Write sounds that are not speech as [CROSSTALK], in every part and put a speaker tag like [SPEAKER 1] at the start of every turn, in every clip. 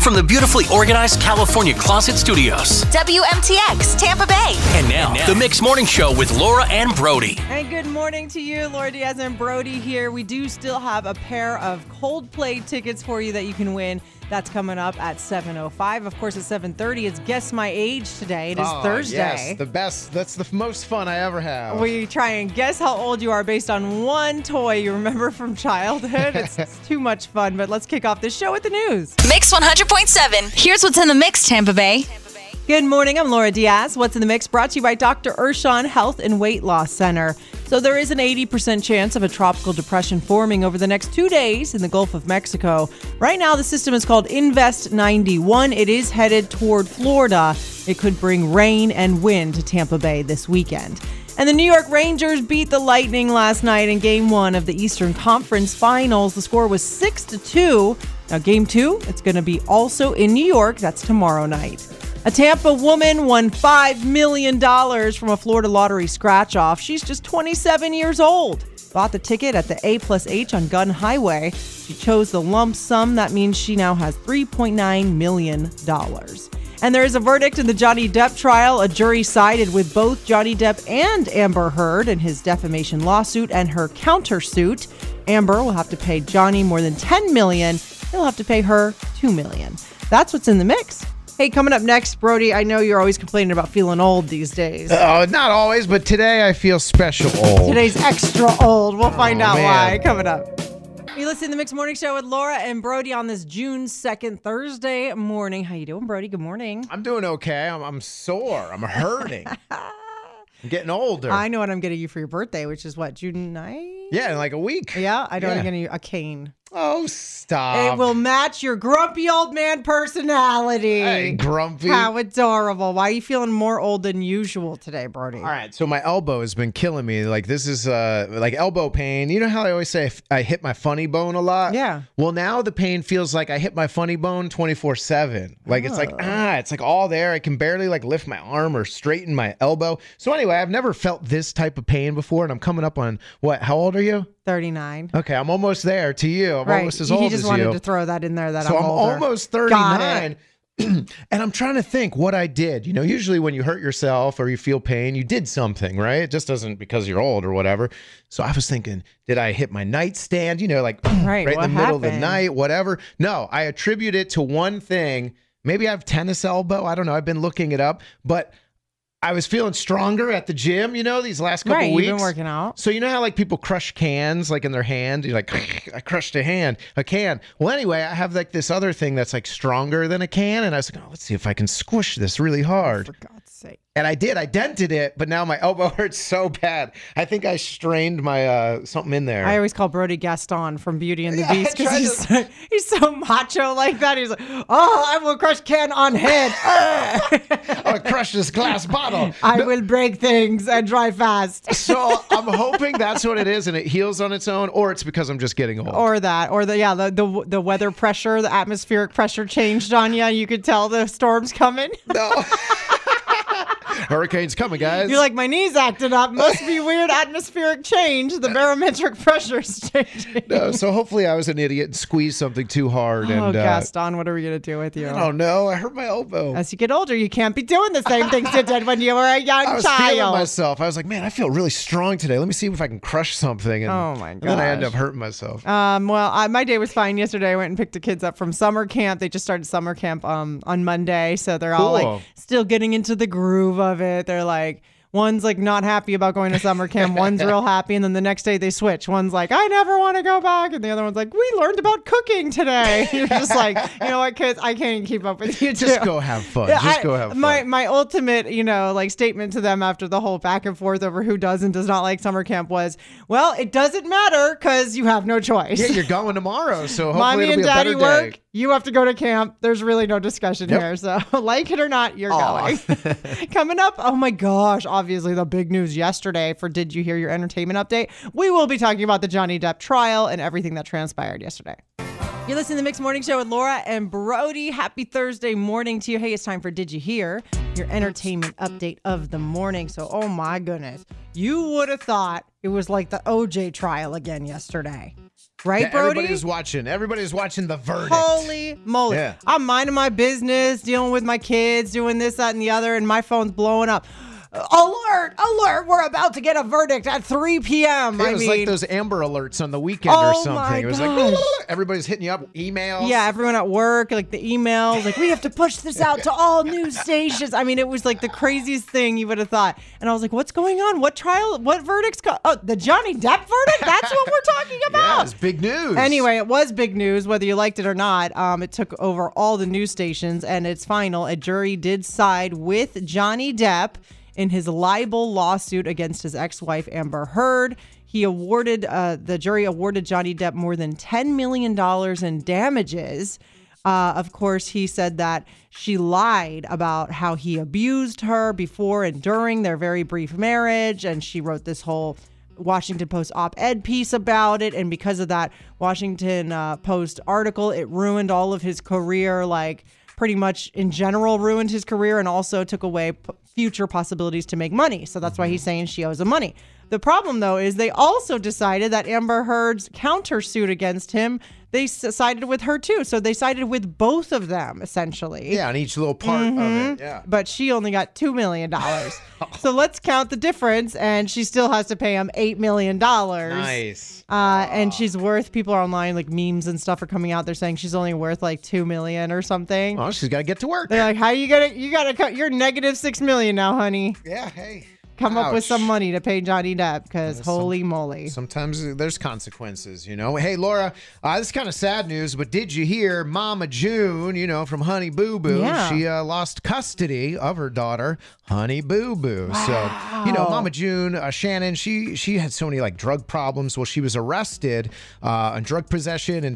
[SPEAKER 1] from the beautifully organized California Closet Studios.
[SPEAKER 2] WMTX Tampa Bay.
[SPEAKER 1] And now, the Mix Morning Show with Laura and Brody.
[SPEAKER 3] And good morning to you, Laura Diaz and Brody here. We do still have a pair of Coldplay tickets for you that you can win. That's coming up at 7.05. Of course, at 7.30, it's Guess My Age today. It is
[SPEAKER 4] Oh,
[SPEAKER 3] Thursday.
[SPEAKER 4] Yes, the best. That's the f- most fun I ever have.
[SPEAKER 3] We try and guess how old you are based on one toy you remember from childhood. It's, it's too much fun, but let's kick off this show with the news.
[SPEAKER 2] Mix 100.7. Here's what's in the mix, Tampa Bay.
[SPEAKER 3] Good morning. I'm Laura Diaz. What's in the mix brought to you by Dr. Urshan Health and Weight Loss Center. So, there is an 80% chance of a tropical depression forming over the next two days in the Gulf of Mexico. Right now, the system is called Invest 91. It is headed toward Florida. It could bring rain and wind to Tampa Bay this weekend. And the New York Rangers beat the Lightning last night in game one of the Eastern Conference Finals. The score was 6 to 2. Now, game two, it's going to be also in New York. That's tomorrow night. A Tampa woman won $5 million from a Florida lottery scratch off. She's just 27 years old. Bought the ticket at the A plus H on Gun Highway. She chose the lump sum. That means she now has $3.9 million. And there is a verdict in the Johnny Depp trial. A jury sided with both Johnny Depp and Amber Heard in his defamation lawsuit and her countersuit. Amber will have to pay Johnny more than $10 million. He'll have to pay her $2 million. That's what's in the mix. Hey, coming up next, Brody, I know you're always complaining about feeling old these days.
[SPEAKER 4] Oh, not always, but today I feel special old.
[SPEAKER 3] Today's extra old. We'll find out
[SPEAKER 4] Oh, man.
[SPEAKER 3] why coming up. You listen to the Mixed Morning Show with Laura and Brody on this June 2nd, Thursday morning. How you doing, Brody? Good morning.
[SPEAKER 4] I'm doing okay. I'm, I'm sore. I'm hurting.
[SPEAKER 3] [LAUGHS]
[SPEAKER 4] I'm getting older.
[SPEAKER 3] I know what I'm getting you for your birthday, which is what, June 9th?
[SPEAKER 4] yeah, in like a week.
[SPEAKER 3] Yeah, I know what I'm
[SPEAKER 4] Yeah.
[SPEAKER 3] getting you a cane.
[SPEAKER 4] Oh, stop.
[SPEAKER 3] it will match your grumpy old man personality.
[SPEAKER 4] Hey, grumpy.
[SPEAKER 3] How adorable. Why are you feeling more old than usual today, Brody?
[SPEAKER 4] All right, so my elbow has been killing me. Like this is uh like elbow pain. You know how I always say I f- I hit my funny bone a lot?
[SPEAKER 3] Yeah.
[SPEAKER 4] Well, now the pain feels like I hit my funny bone 24/7. Like it's
[SPEAKER 3] Oh.
[SPEAKER 4] like ah, it's like all there. I can barely like lift my arm or straighten my elbow. So anyway, I've never felt this type of pain before and I'm coming up on what? How old are you?
[SPEAKER 3] 39.
[SPEAKER 4] Okay, I'm almost there to you. I'm
[SPEAKER 3] Right.
[SPEAKER 4] almost as
[SPEAKER 3] he
[SPEAKER 4] old
[SPEAKER 3] just
[SPEAKER 4] as
[SPEAKER 3] wanted
[SPEAKER 4] you.
[SPEAKER 3] to throw that in there that
[SPEAKER 4] So I'm,
[SPEAKER 3] I'm, older.
[SPEAKER 4] almost
[SPEAKER 3] Got
[SPEAKER 4] 39.
[SPEAKER 3] it.
[SPEAKER 4] [CLEARS THROAT] and I'm trying to think what I did. You know, usually when you hurt yourself or you feel pain, you did something, right? It just doesn't because you're old or whatever. So I was thinking, did I hit my nightstand? You know, like [CLEARS THROAT]
[SPEAKER 3] Right,
[SPEAKER 4] right, in the
[SPEAKER 3] what
[SPEAKER 4] middle of the
[SPEAKER 3] happened?
[SPEAKER 4] night, whatever. No, I attribute it to one thing. Maybe I have tennis elbow. I don't know. I've been looking it up, but I was feeling stronger at the gym, you know, these last couple
[SPEAKER 3] Right,
[SPEAKER 4] weeks.
[SPEAKER 3] you've been working out.
[SPEAKER 4] So you know how like people crush cans like in their hand, you're like I crushed a hand, a can. Well, anyway, I have like this other thing that's like stronger than a can, and I was like, oh, let's see if I can squish this really hard.
[SPEAKER 3] For God's sake.
[SPEAKER 4] And I did, I dented it, but now my [LAUGHS] elbow hurts so bad. I think I strained my uh something in there.
[SPEAKER 3] I always call Brody Gaston from Beauty and the
[SPEAKER 4] Yeah, I
[SPEAKER 3] Beast because
[SPEAKER 4] tried
[SPEAKER 3] he's, so- he's so macho like that. He's like, oh, I will crush can on
[SPEAKER 4] [LAUGHS]
[SPEAKER 3] head. Ah."
[SPEAKER 4] oh, I crushed this glass bottle.
[SPEAKER 3] [LAUGHS] I will break things and drive fast.
[SPEAKER 4] So I'm hoping that's what it is, and it heals on its own, or it's because I'm just getting old.
[SPEAKER 3] Or that, or the yeah, the, the the weather pressure, the atmospheric pressure changed on you. You could tell the storm's coming. [LAUGHS]
[SPEAKER 4] no. Hurricane's coming, guys.
[SPEAKER 3] You're like, my knees acted up. Must be weird atmospheric change.
[SPEAKER 4] [LAUGHS]
[SPEAKER 3] The barometric pressure's changing.
[SPEAKER 4] No, so hopefully I was an idiot and squeezed something too hard. And
[SPEAKER 3] oh,
[SPEAKER 4] uh,
[SPEAKER 3] Gaston, what are we gonna do with you?
[SPEAKER 4] I don't know. I hurt my elbow.
[SPEAKER 3] As you get older, you can't be doing the same things you did when you were a young
[SPEAKER 4] [LAUGHS] I was feeling
[SPEAKER 3] child.
[SPEAKER 4] myself. I was like, man, I feel really strong today. Let me see if I can crush something. And,
[SPEAKER 3] Oh, my
[SPEAKER 4] and then I end
[SPEAKER 3] gosh.
[SPEAKER 4] up hurting myself.
[SPEAKER 3] Um, well, I, my day was fine yesterday. I went and picked the kids up from summer camp. They just started summer camp um, on Monday, so they're all
[SPEAKER 4] Cool.
[SPEAKER 3] like still getting into the groove of it. They're like. One's like not happy about going to summer camp. One's
[SPEAKER 4] [LAUGHS]
[SPEAKER 3] real happy, and then the next day they switch. One's like, "I never want to go back," and the other one's like, "We learned about cooking today." [LAUGHS] You're just like, you know what, kids? I can't even keep up with you.
[SPEAKER 4] Just
[SPEAKER 3] two."
[SPEAKER 4] go have fun.
[SPEAKER 3] Yeah,
[SPEAKER 4] Just
[SPEAKER 3] I-
[SPEAKER 4] go have fun.
[SPEAKER 3] My my ultimate, you know, like statement to them after the whole back and forth over who does and does not like summer camp was, well, it doesn't matter because you have no choice.
[SPEAKER 4] yeah, you're going
[SPEAKER 3] [LAUGHS]
[SPEAKER 4] tomorrow, so hopefully
[SPEAKER 3] Mommy
[SPEAKER 4] it'll
[SPEAKER 3] and
[SPEAKER 4] be a
[SPEAKER 3] daddy
[SPEAKER 4] better
[SPEAKER 3] work.
[SPEAKER 4] day.
[SPEAKER 3] You have to go to camp. There's really no discussion
[SPEAKER 4] Yep.
[SPEAKER 3] here. So, [LAUGHS] like it or not, you're
[SPEAKER 4] Aw. [LAUGHS]
[SPEAKER 3] going. [LAUGHS] Coming up, oh my gosh, obviously the big news yesterday for Did You Hear Your Entertainment Update? We will be talking about the Johnny Depp trial and everything that transpired yesterday. You're listening to the Mixed Morning Show with Laura and Brody. Happy Thursday morning to you. Hey, it's time for Did You Hear? Your entertainment update of the morning. So, oh my goodness, you would have thought it was like the OJ trial again yesterday. Right,
[SPEAKER 4] Yeah,
[SPEAKER 3] Brody?
[SPEAKER 4] Everybody's watching. Everybody's watching the verdict.
[SPEAKER 3] Holy moly.
[SPEAKER 4] Yeah.
[SPEAKER 3] I'm minding my business, dealing with my kids, doing this, that, and the other, and my phone's blowing up. Alert! Alert! We're about to get a verdict at 3 p.m.
[SPEAKER 4] It
[SPEAKER 3] I
[SPEAKER 4] was
[SPEAKER 3] mean,
[SPEAKER 4] like those Amber alerts on the weekend or
[SPEAKER 3] Oh
[SPEAKER 4] something.
[SPEAKER 3] my
[SPEAKER 4] it was
[SPEAKER 3] gosh.
[SPEAKER 4] like [LAUGHS] everybody's hitting you up, emails.
[SPEAKER 3] yeah, everyone at work, like the emails, like we have to push this out to all news stations. I mean, it was like the craziest thing you would have thought. And I was like, what's going on? What trial? What verdicts? Co- oh, the Johnny Depp verdict? That's what we're talking
[SPEAKER 4] [LAUGHS] Yeah,
[SPEAKER 3] about.
[SPEAKER 4] it's big news.
[SPEAKER 3] Anyway, it was big news, whether you liked it or not. Um, it took over all the news stations, and it's final. A jury did side with Johnny Depp in his libel lawsuit against his ex-wife Amber Heard. He awarded uh, the jury awarded Johnny Depp more than ten million dollars in damages. Uh, of course, he said that she lied about how he abused her before and during their very brief marriage, and she wrote this whole Washington Post op-ed piece about it, and because of that Washington uh, Post article, it ruined all of his career. Like pretty much in general, ruined his career, and also took away p- future possibilities to make money. So that's why he's saying she owes him money. The problem though is they also decided that Amber Heard's countersuit against him, they s- sided with her too. So they sided with both of them essentially
[SPEAKER 4] Yeah, on each little part of it. Yeah.
[SPEAKER 3] but she only got two million dollars. [LAUGHS] so let's count the difference, and she still has to pay him eight million dollars.
[SPEAKER 4] Nice.
[SPEAKER 3] Uh, and she's worth. People are online, like memes and stuff are coming out. They're saying she's only worth like two million or something.
[SPEAKER 4] Well, Oh, she's got to get to work.
[SPEAKER 3] They're like, how you gonna? You gotta cut. You're negative six million now, honey.
[SPEAKER 4] yeah, hey.
[SPEAKER 3] Come up with
[SPEAKER 4] Ouch.
[SPEAKER 3] some money to pay Johnny Depp, because holy moly.
[SPEAKER 4] Sometimes there's consequences, you know. Hey, Laura, uh, this is kind of sad news, but did you hear Mama June, you know, from Honey Boo Boo?
[SPEAKER 3] Yeah.
[SPEAKER 4] She uh, lost custody of her daughter, Honey Boo Boo. So, you know, Mama June, uh, Shannon, she she had so many like drug problems. Well, she was arrested uh, on drug possession in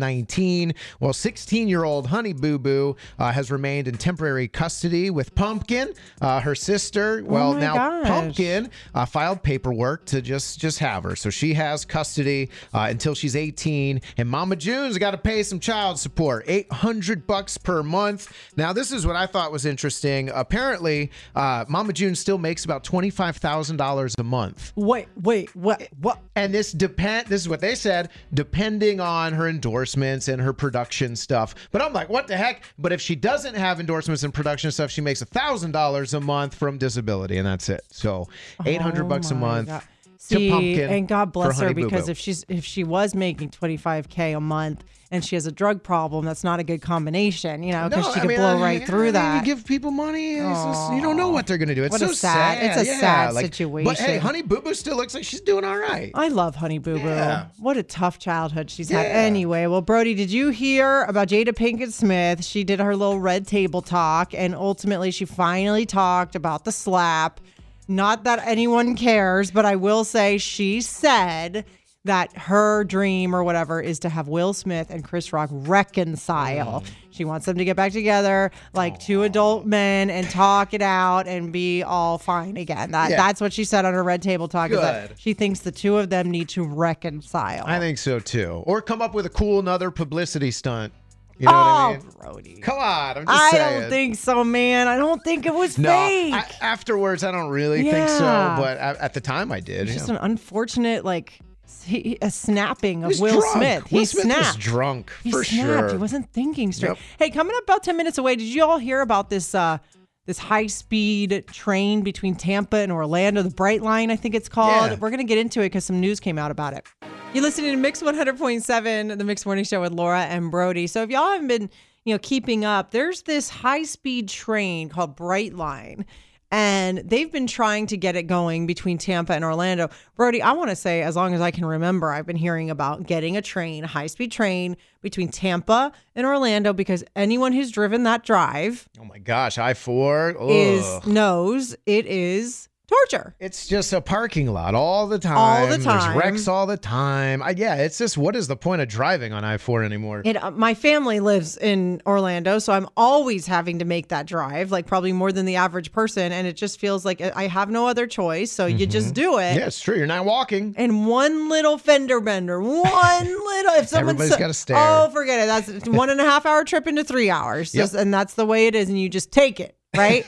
[SPEAKER 4] 2019. Well, 16 year old Honey Boo Boo uh, has remained in temporary custody with Pumpkin, uh, her sister. Well,
[SPEAKER 3] Oh my
[SPEAKER 4] now
[SPEAKER 3] gosh.
[SPEAKER 4] Pumpkin in, uh, filed paperwork to just just have her. So she has custody uh, until she's 18, and Mama June's got to pay some child support, 800 bucks per month. Now this is what I thought was interesting. Apparently, uh, Mama June still makes about $25,000 a month.
[SPEAKER 3] Wait, wait, what? What?
[SPEAKER 4] And this depend this is what they said, depending on her endorsements and her production stuff. But I'm like, what the heck? But if she doesn't have endorsements and production stuff, she makes a thousand dollars a month from disability, and that's it. So eight hundred bucks a
[SPEAKER 3] Oh my
[SPEAKER 4] month.
[SPEAKER 3] God.
[SPEAKER 4] to
[SPEAKER 3] See,
[SPEAKER 4] Pumpkin
[SPEAKER 3] and God
[SPEAKER 4] for
[SPEAKER 3] bless her
[SPEAKER 4] Honey Boo
[SPEAKER 3] because
[SPEAKER 4] Boo.
[SPEAKER 3] if she's if she was making 25k a month and she has a drug problem, that's not a good combination, you know, because
[SPEAKER 4] No,
[SPEAKER 3] she
[SPEAKER 4] I
[SPEAKER 3] could
[SPEAKER 4] mean,
[SPEAKER 3] blow
[SPEAKER 4] I-
[SPEAKER 3] right
[SPEAKER 4] I
[SPEAKER 3] through
[SPEAKER 4] mean,
[SPEAKER 3] that.
[SPEAKER 4] You give people money, it's just- you don't know what they're going to do. It's
[SPEAKER 3] What a
[SPEAKER 4] so
[SPEAKER 3] sad- it's a
[SPEAKER 4] yeah,
[SPEAKER 3] sad
[SPEAKER 4] like- But hey,
[SPEAKER 3] situation.
[SPEAKER 4] Honey Boo Boo still looks like she's doing all right.
[SPEAKER 3] I love Honey Boo Boo.
[SPEAKER 4] Yeah.
[SPEAKER 3] What a tough childhood she's had.
[SPEAKER 4] Yeah.
[SPEAKER 3] Anyway, well, Brody, did you hear about Jada Pinkett Smith? She did her little red table talk, and ultimately, she finally talked about the slap. Not that anyone cares, but I will say she said that her dream or whatever is to have Will Smith and Chris Rock reconcile.
[SPEAKER 4] Mm.
[SPEAKER 3] She wants them to get back together like two adult men and talk it out and be all fine again. That
[SPEAKER 4] Yeah.
[SPEAKER 3] that's what she said on her red table talk is that
[SPEAKER 4] Good.
[SPEAKER 3] she thinks the two of them need to reconcile.
[SPEAKER 4] I think so too. Or come up with a cool another publicity stunt. You know what I
[SPEAKER 3] oh,
[SPEAKER 4] mean?
[SPEAKER 3] Brody.
[SPEAKER 4] Come on, I'm just
[SPEAKER 3] I
[SPEAKER 4] saying.
[SPEAKER 3] don't think so, man. I don't think it was
[SPEAKER 4] No,
[SPEAKER 3] fake.
[SPEAKER 4] I, afterwards, I don't really think so,
[SPEAKER 3] Yeah.
[SPEAKER 4] but at, at the time, I did.
[SPEAKER 3] It's just
[SPEAKER 4] yeah.
[SPEAKER 3] an unfortunate, like, he, a snapping of
[SPEAKER 4] He was
[SPEAKER 3] Will
[SPEAKER 4] drunk.
[SPEAKER 3] Smith.
[SPEAKER 4] Will
[SPEAKER 3] he
[SPEAKER 4] Smith
[SPEAKER 3] snapped.
[SPEAKER 4] was drunk
[SPEAKER 3] He
[SPEAKER 4] for
[SPEAKER 3] snapped.
[SPEAKER 4] sure.
[SPEAKER 3] He wasn't thinking straight.
[SPEAKER 4] Yep.
[SPEAKER 3] Hey, coming up about ten minutes away. Did you all hear about this? Uh, this high speed train between Tampa and Orlando, the Bright Line, I think it's called.
[SPEAKER 4] Yeah.
[SPEAKER 3] We're going to get into it because some news came out about it. You're listening to Mix 100.7, the Mix Morning Show with Laura and Brody. So if y'all haven't been, you know, keeping up, there's this high speed train called Bright Line, and they've been trying to get it going between Tampa and Orlando. Brody, I want to say, as long as I can remember, I've been hearing about getting a train, a high speed train between Tampa and Orlando because anyone who's driven that drive
[SPEAKER 4] oh my gosh, I four
[SPEAKER 3] is knows it is torture.
[SPEAKER 4] It's just a parking lot all the time.
[SPEAKER 3] All the time.
[SPEAKER 4] There's wrecks all the time. I, yeah, it's just what is the point of driving on I four anymore?
[SPEAKER 3] It, uh, my family lives in Orlando, so I'm always having to make that drive, like probably more than the average person. And it just feels like uh, I I have no other choice. So you
[SPEAKER 4] Mm-hmm.
[SPEAKER 3] just do it.
[SPEAKER 4] yeah, it's true. You're not walking.
[SPEAKER 3] And one little fender bender,
[SPEAKER 4] [LAUGHS]
[SPEAKER 3] one little. If someone
[SPEAKER 4] Everybody's
[SPEAKER 3] so-
[SPEAKER 4] got a
[SPEAKER 3] [LAUGHS]
[SPEAKER 4] stare.
[SPEAKER 3] Oh, forget it. That's it's one and a half hour trip into three hours,
[SPEAKER 4] Yep.
[SPEAKER 3] Just- and that's the way it is. And you just take it.
[SPEAKER 4] [LAUGHS]
[SPEAKER 3] right?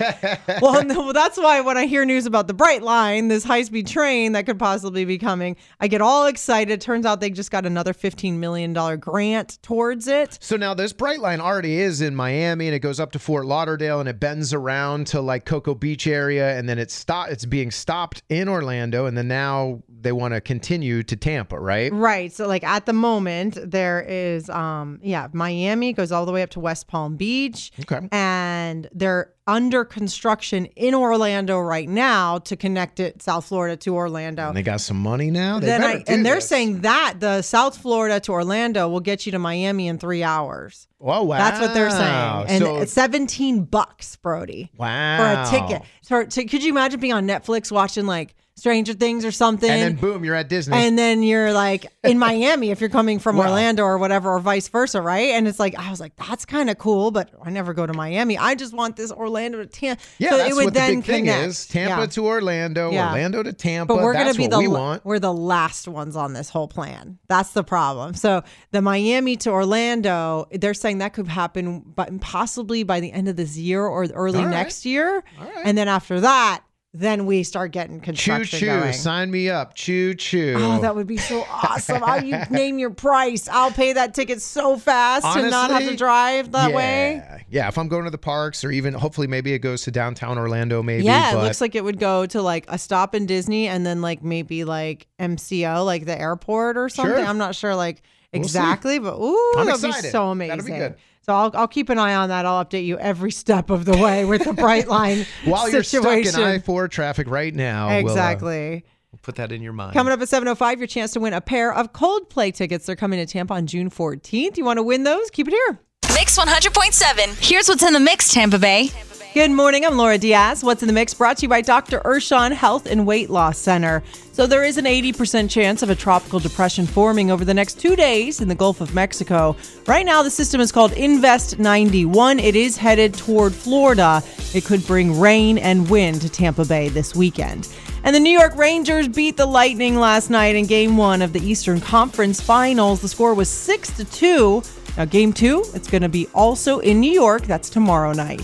[SPEAKER 3] well, no, well, that's why when I hear news about the Bright Line, this high speed train that could possibly be coming, I get all excited. Turns out they just got another $15 million grant towards it.
[SPEAKER 4] So now this bright line already is in Miami and it goes up to Fort Lauderdale and it bends around to like Cocoa Beach area and then it's stop it's being stopped in Orlando and then now they want to continue to Tampa, right?
[SPEAKER 3] Right. So like at the moment there is um yeah, Miami goes all the way up to West Palm Beach.
[SPEAKER 4] Okay.
[SPEAKER 3] And they're under construction in Orlando right now to connect it South Florida to Orlando.
[SPEAKER 4] And they got some money now. They
[SPEAKER 3] then
[SPEAKER 4] better
[SPEAKER 3] I,
[SPEAKER 4] do
[SPEAKER 3] and they're
[SPEAKER 4] this.
[SPEAKER 3] saying that the South Florida to Orlando will get you to Miami in 3 hours.
[SPEAKER 4] "Oh wow,
[SPEAKER 3] That's what they're saying. And
[SPEAKER 4] so,
[SPEAKER 3] it's 17 bucks, Brody.
[SPEAKER 4] wow,
[SPEAKER 3] For a ticket. So, so could you imagine being on Netflix watching like Stranger Things or something?
[SPEAKER 4] and then boom, you're at Disney.
[SPEAKER 3] and then you're like
[SPEAKER 4] [LAUGHS]
[SPEAKER 3] in Miami if you're coming from Orlando or whatever, or vice versa, right? And it's like I was like, that's kind of cool, but I never go to Miami. I just want this Orlando to Tampa.
[SPEAKER 4] yeah,
[SPEAKER 3] so
[SPEAKER 4] that's
[SPEAKER 3] it would
[SPEAKER 4] what
[SPEAKER 3] then
[SPEAKER 4] the big thing
[SPEAKER 3] connect.
[SPEAKER 4] is. Tampa
[SPEAKER 3] Yeah.
[SPEAKER 4] to Orlando,
[SPEAKER 3] Yeah.
[SPEAKER 4] Orlando to Tampa.
[SPEAKER 3] But we're
[SPEAKER 4] that's
[SPEAKER 3] gonna be
[SPEAKER 4] what
[SPEAKER 3] the
[SPEAKER 4] we
[SPEAKER 3] la-
[SPEAKER 4] want.
[SPEAKER 3] we're the last ones on this whole plan. That's the problem. So the Miami to Orlando, they're saying that could happen, but possibly by the end of this year or early
[SPEAKER 4] All right.
[SPEAKER 3] next year,
[SPEAKER 4] right.
[SPEAKER 3] and then after that, then we start getting
[SPEAKER 4] Choo
[SPEAKER 3] construction
[SPEAKER 4] choo,
[SPEAKER 3] going.
[SPEAKER 4] sign me up. Choo choo.
[SPEAKER 3] Oh, that would be
[SPEAKER 4] [LAUGHS]
[SPEAKER 3] so awesome. I'll you name your price. I'll pay that ticket so fast to not have to
[SPEAKER 4] Honestly,
[SPEAKER 3] drive that
[SPEAKER 4] yeah.
[SPEAKER 3] way.
[SPEAKER 4] Yeah, if I'm going to the parks or even hopefully maybe it goes to downtown Orlando, maybe.
[SPEAKER 3] Yeah, it
[SPEAKER 4] but
[SPEAKER 3] looks like it would go to like a stop in Disney and then like maybe like MCO, like the airport or something.
[SPEAKER 4] Sure.
[SPEAKER 3] I'm not sure like
[SPEAKER 4] see.
[SPEAKER 3] exactly, but ooh,
[SPEAKER 4] I'm
[SPEAKER 3] that'd be
[SPEAKER 4] excited.
[SPEAKER 3] so
[SPEAKER 4] That'll be
[SPEAKER 3] amazing.
[SPEAKER 4] good.
[SPEAKER 3] So I'll, I'll keep an eye on that. I'll update you every step of the way with the bright line
[SPEAKER 4] [LAUGHS] while you're
[SPEAKER 3] situation.
[SPEAKER 4] stuck in I 4 traffic right now, we'll, uh,
[SPEAKER 3] exactly.
[SPEAKER 4] put that in your mind.
[SPEAKER 3] Coming up at 7.05, your chance to win a pair of Coldplay tickets. They're coming to Tampa on June 14th. You want to win those? Keep it here.
[SPEAKER 2] Mix 100.7. Here's what's in the mix, Tampa Bay.
[SPEAKER 3] Good morning. I'm Laura Diaz. What's in the mix brought to you by Dr. Urshan Health and Weight Loss Center. So, there is an 80% chance of a tropical depression forming over the next two days in the Gulf of Mexico. Right now, the system is called Invest 91. It is headed toward Florida. It could bring rain and wind to Tampa Bay this weekend. And the New York Rangers beat the Lightning last night in game one of the Eastern Conference Finals. The score was 6 to 2. Now, game two, it's going to be also in New York. That's tomorrow night.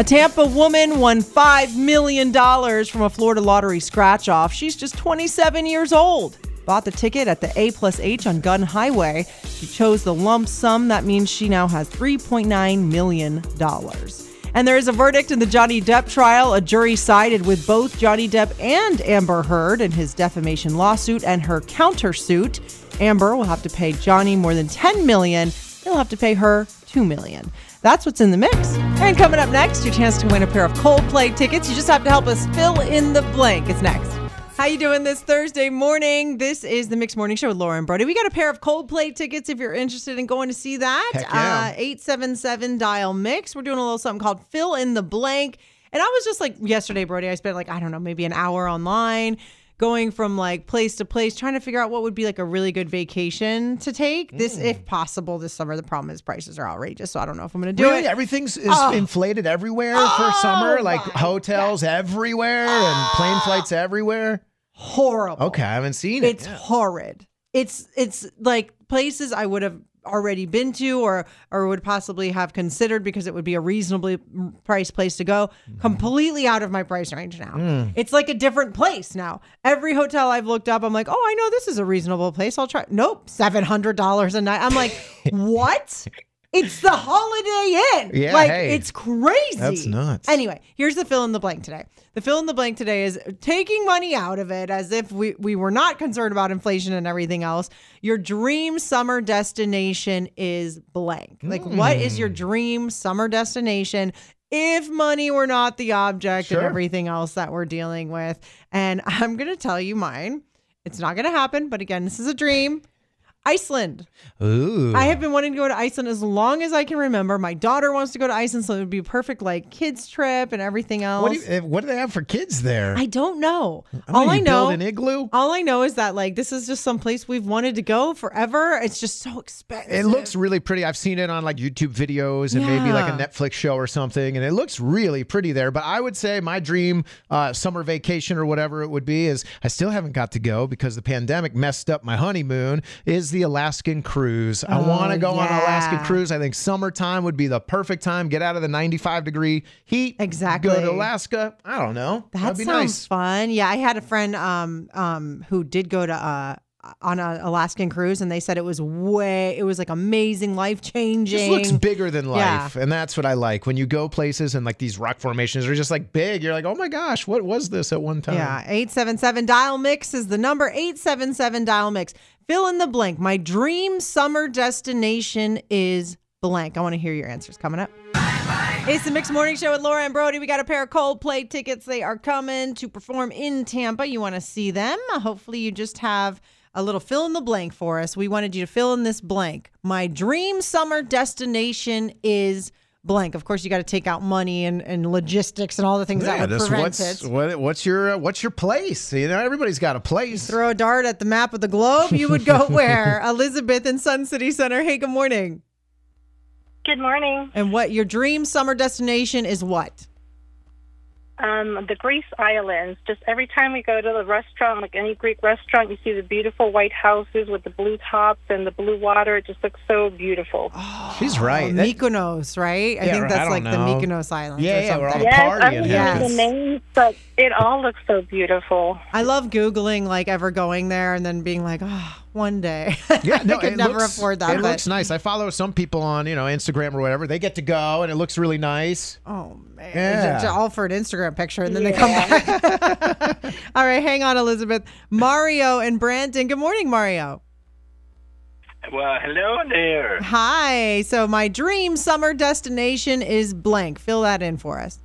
[SPEAKER 3] A Tampa woman won $5 million from a Florida lottery scratch off. She's just 27 years old. Bought the ticket at the A plus H on Gun Highway. She chose the lump sum. That means she now has $3.9 million. And there is a verdict in the Johnny Depp trial. A jury sided with both Johnny Depp and Amber Heard in his defamation lawsuit and her countersuit. Amber will have to pay Johnny more than $10 million. He'll have to pay her $2 million. That's what's in the mix. And coming up next, your chance to win a pair of Coldplay tickets. You just have to help us fill in the blank. It's next. How you doing this Thursday morning? This is the Mixed Morning Show with Lauren Brody. We got a pair of Coldplay tickets if you're interested in going to see that.
[SPEAKER 4] Heck yeah.
[SPEAKER 3] Uh, 877 dial mix. We're doing a little something called fill in the blank. And I was just like yesterday, Brody, I spent like, I don't know, maybe an hour online going from like place to place, trying to figure out what would be like a really good vacation to take. This, if possible, this summer. The problem is prices are outrageous. So I don't know if I'm going to do
[SPEAKER 4] Really,
[SPEAKER 3] it. Oh.
[SPEAKER 4] everything's is inflated everywhere for summer, like hotels everywhere and
[SPEAKER 3] Oh.
[SPEAKER 4] plane flights everywhere.
[SPEAKER 3] Horrible.
[SPEAKER 4] Okay, I haven't seen it.
[SPEAKER 3] It's horrid. It's it's like places I would have already been to or or would possibly have considered because it would be a reasonably priced place to go.
[SPEAKER 4] Mm-hmm.
[SPEAKER 3] Completely out of my price range now.
[SPEAKER 4] Mm.
[SPEAKER 3] It's like a different place now. Every hotel I've looked up, I'm like, oh, I know this is a reasonable place. I'll try. Nope, seven hundred dollars a night. I'm like,
[SPEAKER 4] [LAUGHS]
[SPEAKER 3] what? It's the Holiday Inn.
[SPEAKER 4] Yeah,
[SPEAKER 3] like
[SPEAKER 4] hey.
[SPEAKER 3] it's crazy.
[SPEAKER 4] That's nuts.
[SPEAKER 3] Anyway, here's the fill in the blank today. The fill in the blank today is taking money out of it as if we, we were not concerned about inflation and everything else. Your dream summer destination is blank. Like, what is
[SPEAKER 4] Hmm.
[SPEAKER 3] your dream summer destination? If money were not the object and
[SPEAKER 4] Sure.
[SPEAKER 3] everything else that we're dealing with. And [LAUGHS] I'm going to tell you mine. It's not going to happen. But again, this is a dream. Iceland.
[SPEAKER 4] Ooh,
[SPEAKER 3] I have been wanting to go to Iceland as long as I can remember. My daughter wants to go to Iceland, so it would be a perfect like kids trip and everything else.
[SPEAKER 4] what do, you, eh, what do they have for kids there?
[SPEAKER 3] I don't know.
[SPEAKER 4] I
[SPEAKER 3] all I
[SPEAKER 4] you
[SPEAKER 3] know,
[SPEAKER 4] build an igloo.
[SPEAKER 3] all I know is that like this is just some place we've wanted to go forever. It's just so expensive.
[SPEAKER 4] It looks really pretty. I've seen it on like YouTube videos and maybe like a
[SPEAKER 3] Yeah.
[SPEAKER 4] Netflix show or something, and it looks really pretty there. But I would say my dream uh, summer vacation or whatever it would be is I still haven't got to go because the pandemic messed up my honeymoon. Is the the Alaskan cruise. I want to go on an Alaskan
[SPEAKER 3] Oh, yeah.
[SPEAKER 4] cruise. I think summertime would be the perfect time. Get out of the 95 degree heat. Go
[SPEAKER 3] Exactly.
[SPEAKER 4] to Alaska. I don't know.
[SPEAKER 3] That
[SPEAKER 4] That'd be
[SPEAKER 3] sounds
[SPEAKER 4] nice.
[SPEAKER 3] fun. Yeah, I had a friend um um who did go to uh on an Alaskan cruise, and they said it was way it was like amazing, life changing.
[SPEAKER 4] Just looks bigger than
[SPEAKER 3] Yeah.
[SPEAKER 4] life, and that's what I like. When you go places and like these rock formations are just like big, you're like, oh my gosh, what was this at one time?
[SPEAKER 3] Yeah, 877 dial mix is the number 877 dial mix. Fill in the blank. My dream summer destination is blank. I want to hear your answers coming up. It's the Mixed Morning Show with Laura and Brody. We got a pair of Coldplay tickets. They are coming to perform in Tampa. You want to see them? Hopefully, you just have a little fill in the blank for us. We wanted you to fill in this blank. My dream summer destination is blank. Of course, you got to take out money and, and logistics and all the things
[SPEAKER 4] Yeah,
[SPEAKER 3] that would
[SPEAKER 4] just
[SPEAKER 3] prevent
[SPEAKER 4] what's
[SPEAKER 3] it.
[SPEAKER 4] what, what's your uh, what's your place? You know, everybody's got a place.
[SPEAKER 3] throw a dart at the map of the globe, you would
[SPEAKER 4] [LAUGHS]
[SPEAKER 3] go where? Elizabeth in Sun City Center. Hey, good morning.
[SPEAKER 5] Good morning.
[SPEAKER 3] And what your dream summer destination is what?
[SPEAKER 5] Um, the Greece Islands. Just every time we go to the restaurant, like any Greek restaurant, you see the beautiful white houses with the blue tops and the blue water. It just looks so beautiful.
[SPEAKER 4] She's right.
[SPEAKER 3] Oh,
[SPEAKER 4] That-
[SPEAKER 3] Mykonos, right? I
[SPEAKER 4] Yeah,
[SPEAKER 3] think
[SPEAKER 4] right.
[SPEAKER 3] that's
[SPEAKER 4] I don't
[SPEAKER 3] like the
[SPEAKER 4] know.
[SPEAKER 3] Mykonos Islands
[SPEAKER 4] Yeah,
[SPEAKER 3] or
[SPEAKER 4] yeah, we're
[SPEAKER 3] something.
[SPEAKER 4] all-
[SPEAKER 5] yes,
[SPEAKER 4] party
[SPEAKER 5] I
[SPEAKER 4] it
[SPEAKER 5] don't know
[SPEAKER 3] happens.
[SPEAKER 5] the names, but it all looks so beautiful.
[SPEAKER 3] I love Googling like ever going there and then being like, oh, one day.
[SPEAKER 4] [LAUGHS] Yeah, no,
[SPEAKER 3] I could
[SPEAKER 4] it
[SPEAKER 3] never
[SPEAKER 4] looks-
[SPEAKER 3] afford that.
[SPEAKER 4] It
[SPEAKER 3] but,
[SPEAKER 4] looks nice. I follow some people on you know Instagram or whatever. They get to go, and it looks really nice.
[SPEAKER 3] oh, man.
[SPEAKER 4] Yeah.
[SPEAKER 3] It's all for an Instagram picture and then they come back. [LAUGHS] all right, hang on, Elizabeth. Mario and Brandon. Good morning, Mario.
[SPEAKER 6] Well, hello there.
[SPEAKER 3] Hi. So my dream summer destination is blank. Fill that in for us.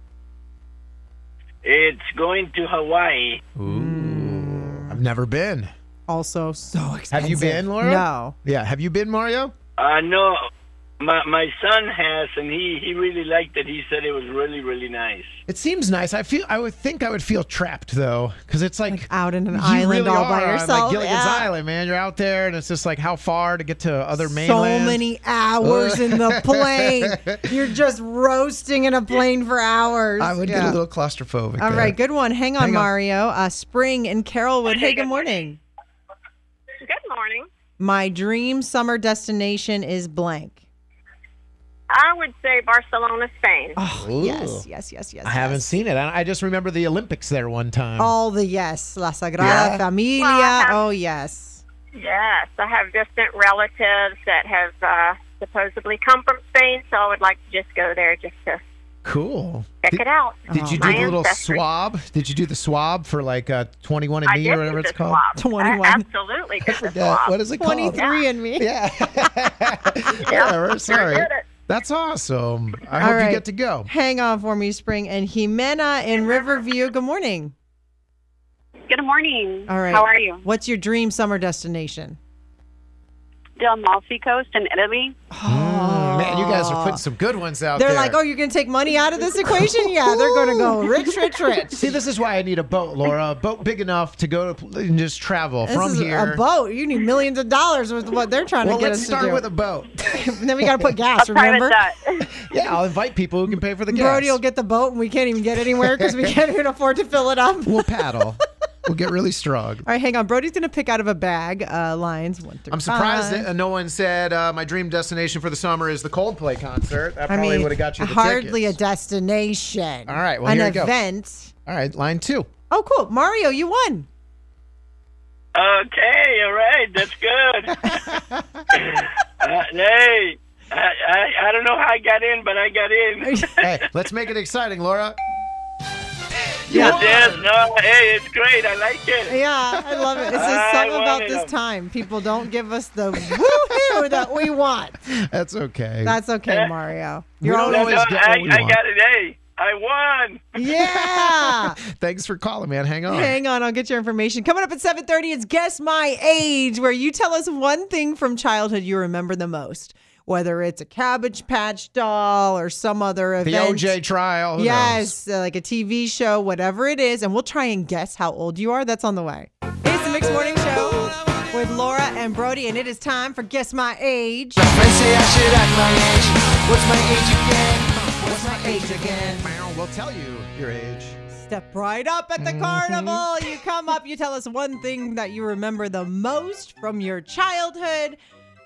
[SPEAKER 6] It's going to Hawaii.
[SPEAKER 4] I've never been.
[SPEAKER 3] Also, so expensive.
[SPEAKER 4] Have you been, Laura?
[SPEAKER 3] No.
[SPEAKER 4] Yeah, have you been, Mario?
[SPEAKER 6] Uh, no, my my son has, and he he really liked it. He said it was really really nice.
[SPEAKER 4] It seems nice. I feel. I would think I would feel trapped though, because it's like,
[SPEAKER 3] out in an
[SPEAKER 4] you
[SPEAKER 3] island
[SPEAKER 4] really
[SPEAKER 3] all by
[SPEAKER 4] are on,
[SPEAKER 3] yourself.
[SPEAKER 4] Like Gilligan's
[SPEAKER 3] Yeah.
[SPEAKER 4] Island, man. You're out there, and it's just like how far to get to other
[SPEAKER 3] So
[SPEAKER 4] mainland.
[SPEAKER 3] many hours in
[SPEAKER 4] [LAUGHS]
[SPEAKER 3] the plane. You're just roasting in a plane for hours.
[SPEAKER 4] I would get
[SPEAKER 3] Yeah.
[SPEAKER 4] a little claustrophobic.
[SPEAKER 3] All
[SPEAKER 4] there.
[SPEAKER 3] right, good one. Hang on,
[SPEAKER 4] Hang on.
[SPEAKER 3] Mario. Uh, Spring and Carolwood. Hey, good morning.
[SPEAKER 5] Good morning.
[SPEAKER 3] My dream summer destination is blank.
[SPEAKER 5] I would say Barcelona, Spain.
[SPEAKER 3] Oh,
[SPEAKER 4] Ooh.
[SPEAKER 3] yes, yes, yes, yes.
[SPEAKER 4] I haven't
[SPEAKER 3] yes. Oh.
[SPEAKER 4] seen it. I I just remember the Olympics there one time.
[SPEAKER 3] all the yes. La Sagrada
[SPEAKER 4] Yeah.
[SPEAKER 3] Familia.
[SPEAKER 5] Well, I have-
[SPEAKER 3] oh, yes.
[SPEAKER 5] Yes, I have distant relatives that have uh, supposedly come from Spain, so I would like to just go there just to
[SPEAKER 4] Cool.
[SPEAKER 5] check
[SPEAKER 4] Did-
[SPEAKER 5] it out. Oh.
[SPEAKER 4] Did you do
[SPEAKER 5] my
[SPEAKER 4] the little
[SPEAKER 5] ancestors.
[SPEAKER 4] swab? Did you do the swab for like uh, 21 and
[SPEAKER 5] I
[SPEAKER 4] me
[SPEAKER 5] did
[SPEAKER 4] or
[SPEAKER 5] do
[SPEAKER 4] whatever
[SPEAKER 5] the
[SPEAKER 4] it's called?
[SPEAKER 5] swab. I
[SPEAKER 3] 21.
[SPEAKER 5] absolutely did the
[SPEAKER 4] Yeah,
[SPEAKER 5] swab.
[SPEAKER 4] what is it called?
[SPEAKER 3] 23 and me.
[SPEAKER 4] [LAUGHS]
[SPEAKER 5] [LAUGHS]
[SPEAKER 4] Yeah. Whatever, sorry.
[SPEAKER 5] did it.
[SPEAKER 4] That's awesome. I
[SPEAKER 3] All
[SPEAKER 4] hope
[SPEAKER 3] right.
[SPEAKER 4] you get to go.
[SPEAKER 3] Hang on for me, Spring and Jimena in Riverview. Good morning.
[SPEAKER 7] Good morning.
[SPEAKER 3] All right.
[SPEAKER 7] How are you?
[SPEAKER 3] What's your dream summer destination?
[SPEAKER 7] The Amalfi Coast in Italy.
[SPEAKER 4] Mm, man, you guys are putting some good ones out
[SPEAKER 3] Oh. They're
[SPEAKER 4] there.
[SPEAKER 3] like, oh, you're going to take money out of this equation? Yeah, they're going to go rich, rich, rich.
[SPEAKER 4] [LAUGHS] See, this is why I need a boat, Laura. A boat big enough to go to and just travel
[SPEAKER 3] This
[SPEAKER 4] from
[SPEAKER 3] is
[SPEAKER 4] here.
[SPEAKER 3] a boat. You need millions of dollars with what they're trying
[SPEAKER 4] Well,
[SPEAKER 3] to get
[SPEAKER 4] let's
[SPEAKER 3] us
[SPEAKER 4] start
[SPEAKER 3] to do.
[SPEAKER 4] with a boat.
[SPEAKER 3] [LAUGHS] and then we got to
[SPEAKER 4] [LAUGHS]
[SPEAKER 3] put gas, remember?
[SPEAKER 7] Private
[SPEAKER 3] [LAUGHS]
[SPEAKER 7] jet.
[SPEAKER 4] yeah, I'll invite people who can pay for the gas.
[SPEAKER 3] Brody will get the boat and we can't even get anywhere because
[SPEAKER 4] [LAUGHS]
[SPEAKER 3] we can't even afford to fill it up. All [LAUGHS]
[SPEAKER 4] we'll paddle. we'll get really strong.
[SPEAKER 3] right, hang on. Brody's going to pick out of a bag uh, lines one through
[SPEAKER 4] I'm surprised
[SPEAKER 3] five.
[SPEAKER 4] that uh, no one said uh, my dream destination for the summer is the Coldplay concert. That
[SPEAKER 3] I
[SPEAKER 4] probably
[SPEAKER 3] mean,
[SPEAKER 4] would have got you the
[SPEAKER 3] hardly
[SPEAKER 4] tickets.
[SPEAKER 3] a destination.
[SPEAKER 4] All right, well,
[SPEAKER 3] an
[SPEAKER 4] here we go.
[SPEAKER 3] event.
[SPEAKER 4] All right, line two.
[SPEAKER 3] Oh, cool, Mario, you won.
[SPEAKER 6] Okay, all right, that's
[SPEAKER 4] [LAUGHS]
[SPEAKER 6] good. [LAUGHS] uh, hey, I, I I don't know how I got in, but I got
[SPEAKER 4] [LAUGHS]
[SPEAKER 6] in.
[SPEAKER 4] Hey, let's make it exciting, Laura.
[SPEAKER 6] yes, no, hey, it's great. I like it.
[SPEAKER 3] [LAUGHS] Yeah, I love it. It's just
[SPEAKER 6] I
[SPEAKER 3] something about
[SPEAKER 6] wanted
[SPEAKER 3] this
[SPEAKER 6] him.
[SPEAKER 3] time. People don't give us the woohoo that we want.
[SPEAKER 4] That's okay.
[SPEAKER 6] [LAUGHS]
[SPEAKER 3] That's okay, Mario.
[SPEAKER 4] We
[SPEAKER 3] You're
[SPEAKER 4] don't
[SPEAKER 3] always
[SPEAKER 6] No,
[SPEAKER 4] always
[SPEAKER 6] no,
[SPEAKER 4] get what
[SPEAKER 6] I,
[SPEAKER 4] we
[SPEAKER 6] I
[SPEAKER 4] want.
[SPEAKER 6] got it. Hey, I won.
[SPEAKER 4] [LAUGHS]
[SPEAKER 3] yeah.
[SPEAKER 4] Thanks for calling, man. Hang on.
[SPEAKER 3] Hang on, I'll get your information. Coming up at 7:30, it's Guess My Age, where you tell us one thing from childhood you remember the most, whether it's a Cabbage Patch doll or some other
[SPEAKER 4] the
[SPEAKER 3] event.
[SPEAKER 4] OJ trial. Who knows?
[SPEAKER 3] Yes, uh, like a TV show, whatever it is, and we'll try and guess how old you are. That's on the way. It's the Mixed Morning Show with Laura and Brody, and it is time for Guess My Age. What's my age again? What's my age again?
[SPEAKER 4] We'll tell you your age.
[SPEAKER 3] step right up at the carnival. You come up, you tell us one thing that you remember the most from your childhood,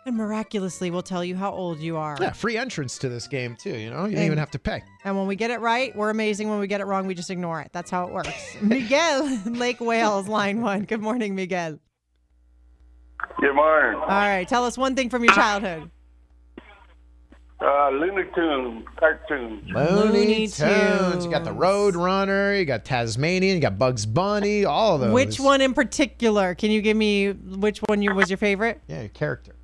[SPEAKER 3] and miraculously, we'll tell you how old you are.
[SPEAKER 4] Yeah, free entrance to this game too. You know, you don't even have to pay.
[SPEAKER 3] And when we get it right, we're amazing. When we get it wrong, we just ignore it. That's how it works. [LAUGHS] Miguel, in Lake Wales, line one. Good morning, Miguel.
[SPEAKER 8] Good morning.
[SPEAKER 3] All right, tell us one thing from your childhood.
[SPEAKER 8] Uh, Looney Tunes cartoons.
[SPEAKER 3] Looney Tunes.
[SPEAKER 4] You got the Road Runner. You got Tasmanian. You got Bugs Bunny. All of those.
[SPEAKER 3] Which one in particular? Can you give me which one you, was your favorite?
[SPEAKER 4] Yeah, your character.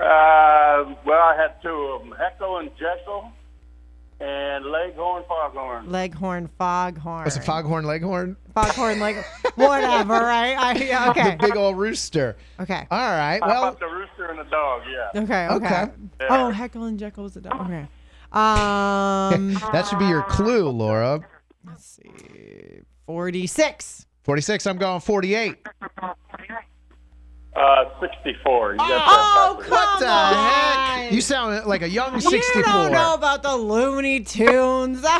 [SPEAKER 8] Uh, well, I had two of them, Echo and Jekyll, and Leghorn Foghorn.
[SPEAKER 3] Leghorn, Foghorn.
[SPEAKER 4] That's a foghorn leghorn.
[SPEAKER 3] Foghorn, Leg.
[SPEAKER 4] [LAUGHS]
[SPEAKER 3] Whatever, right? I, yeah, okay.
[SPEAKER 4] Big old rooster.
[SPEAKER 3] Okay.
[SPEAKER 4] All right.
[SPEAKER 8] How
[SPEAKER 4] Well,
[SPEAKER 8] about the rooster and the dog? Yeah.
[SPEAKER 3] Okay. Okay.
[SPEAKER 4] Okay.
[SPEAKER 3] Oh, Heckle and Jekyll was a dog. Okay.
[SPEAKER 4] [LAUGHS]
[SPEAKER 3] Um,
[SPEAKER 4] that should be your clue, Laura.
[SPEAKER 3] let's see. 46.
[SPEAKER 4] 46. I'm going 48.
[SPEAKER 8] Uh, 64. You got that
[SPEAKER 3] Oh,
[SPEAKER 8] backwards.
[SPEAKER 3] come
[SPEAKER 4] What the
[SPEAKER 3] on.
[SPEAKER 4] heck? You sound like a young
[SPEAKER 3] You
[SPEAKER 4] 64.
[SPEAKER 3] don't know about the Looney
[SPEAKER 4] [LAUGHS]
[SPEAKER 3] Tunes. [LAUGHS]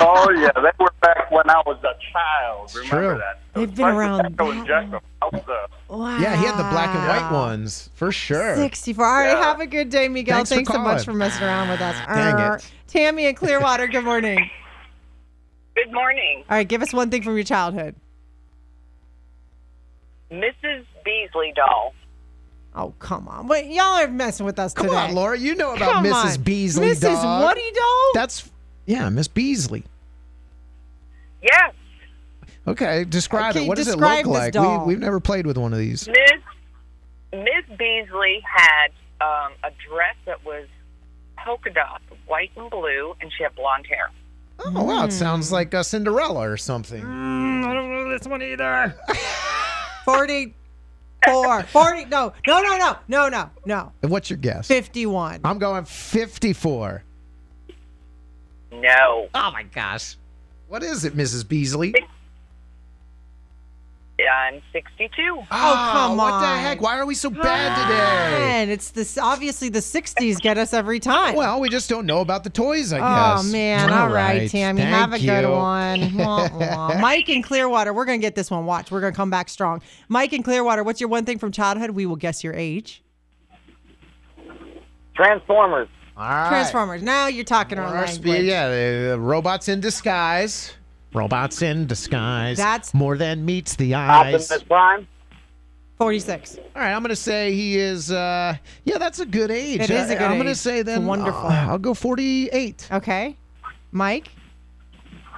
[SPEAKER 8] Oh, yeah. They were back when I was a child. Remember
[SPEAKER 4] true.
[SPEAKER 8] that?
[SPEAKER 3] They've been around
[SPEAKER 8] Echo and
[SPEAKER 3] that
[SPEAKER 8] Jekyll. I was uh, a.
[SPEAKER 3] wow.
[SPEAKER 4] Yeah, he had the black and
[SPEAKER 3] Ah.
[SPEAKER 4] white ones for sure.
[SPEAKER 3] 64. All right,
[SPEAKER 8] Yeah.
[SPEAKER 3] have a good day, Miguel.
[SPEAKER 4] Thanks for
[SPEAKER 3] so much
[SPEAKER 4] calling.
[SPEAKER 3] for messing around with us.
[SPEAKER 4] Dang it.
[SPEAKER 3] Err. Tammy and Clearwater, good morning.
[SPEAKER 5] Good morning.
[SPEAKER 3] All right, give us one thing from your childhood.
[SPEAKER 5] Mrs. Beasley doll.
[SPEAKER 3] Oh, come on. Wait, y'all are messing with us
[SPEAKER 4] Come
[SPEAKER 3] today.
[SPEAKER 4] on, Laura. You know about
[SPEAKER 3] Come
[SPEAKER 4] Mrs.
[SPEAKER 3] on.
[SPEAKER 4] Beasley.
[SPEAKER 3] Mrs.
[SPEAKER 4] dog.
[SPEAKER 3] Woody Doll?
[SPEAKER 4] That's yeah, Miss Beasley.
[SPEAKER 5] Yes,
[SPEAKER 4] Okay, describe
[SPEAKER 3] Okay,
[SPEAKER 4] it. What does it
[SPEAKER 3] describe
[SPEAKER 4] look
[SPEAKER 3] this
[SPEAKER 4] like?
[SPEAKER 3] doll.
[SPEAKER 4] We, we've never played with one of these.
[SPEAKER 5] Miss Miss Beasley had um, a dress that was polka dot, white and blue, and she had blonde hair.
[SPEAKER 4] Oh wow,
[SPEAKER 3] Hmm.
[SPEAKER 4] it sounds like a Cinderella or something.
[SPEAKER 3] Mm. 44. [LAUGHS] 40. No, no, no, no, no, no, no.
[SPEAKER 4] And What's your guess?
[SPEAKER 3] 51.
[SPEAKER 4] I'm going 54.
[SPEAKER 5] No,
[SPEAKER 4] Oh my gosh. What is it, Mrs. Beasley?
[SPEAKER 5] I'm 62.
[SPEAKER 4] Ah,
[SPEAKER 3] Oh, come
[SPEAKER 4] What the
[SPEAKER 3] on.
[SPEAKER 4] heck? Why are we so bad today?
[SPEAKER 3] Man, it's this obviously the 60s get us every time.
[SPEAKER 4] Well, we just don't know about the toys, I
[SPEAKER 3] Oh
[SPEAKER 4] guess.
[SPEAKER 3] man! All right, Tammy,
[SPEAKER 4] Thank
[SPEAKER 3] have a good
[SPEAKER 4] you. [LAUGHS]
[SPEAKER 3] one. Wah, wah. Mike in Clearwater, we're gonna get this one. Watch, we're gonna come back strong. Mike in Clearwater, what's your one thing from childhood? We will guess your age.
[SPEAKER 6] Transformers.
[SPEAKER 4] All right.
[SPEAKER 3] Transformers. Now you're talking our
[SPEAKER 4] Our
[SPEAKER 3] language.
[SPEAKER 4] spe- yeah, the, the robots in disguise. Robots in disguise.
[SPEAKER 3] That's-
[SPEAKER 4] more than meets the eyes.
[SPEAKER 6] Optimus
[SPEAKER 4] All
[SPEAKER 6] Prime.
[SPEAKER 3] 46.
[SPEAKER 4] right, I'm gonna say he is. Uh, yeah, that's a good age.
[SPEAKER 3] It is a
[SPEAKER 4] I-
[SPEAKER 3] good
[SPEAKER 4] I'm gonna
[SPEAKER 3] age.
[SPEAKER 4] say
[SPEAKER 3] It's
[SPEAKER 4] then.
[SPEAKER 3] wonderful. Uh,
[SPEAKER 4] uh, I'll go 48.
[SPEAKER 3] Okay, Mike.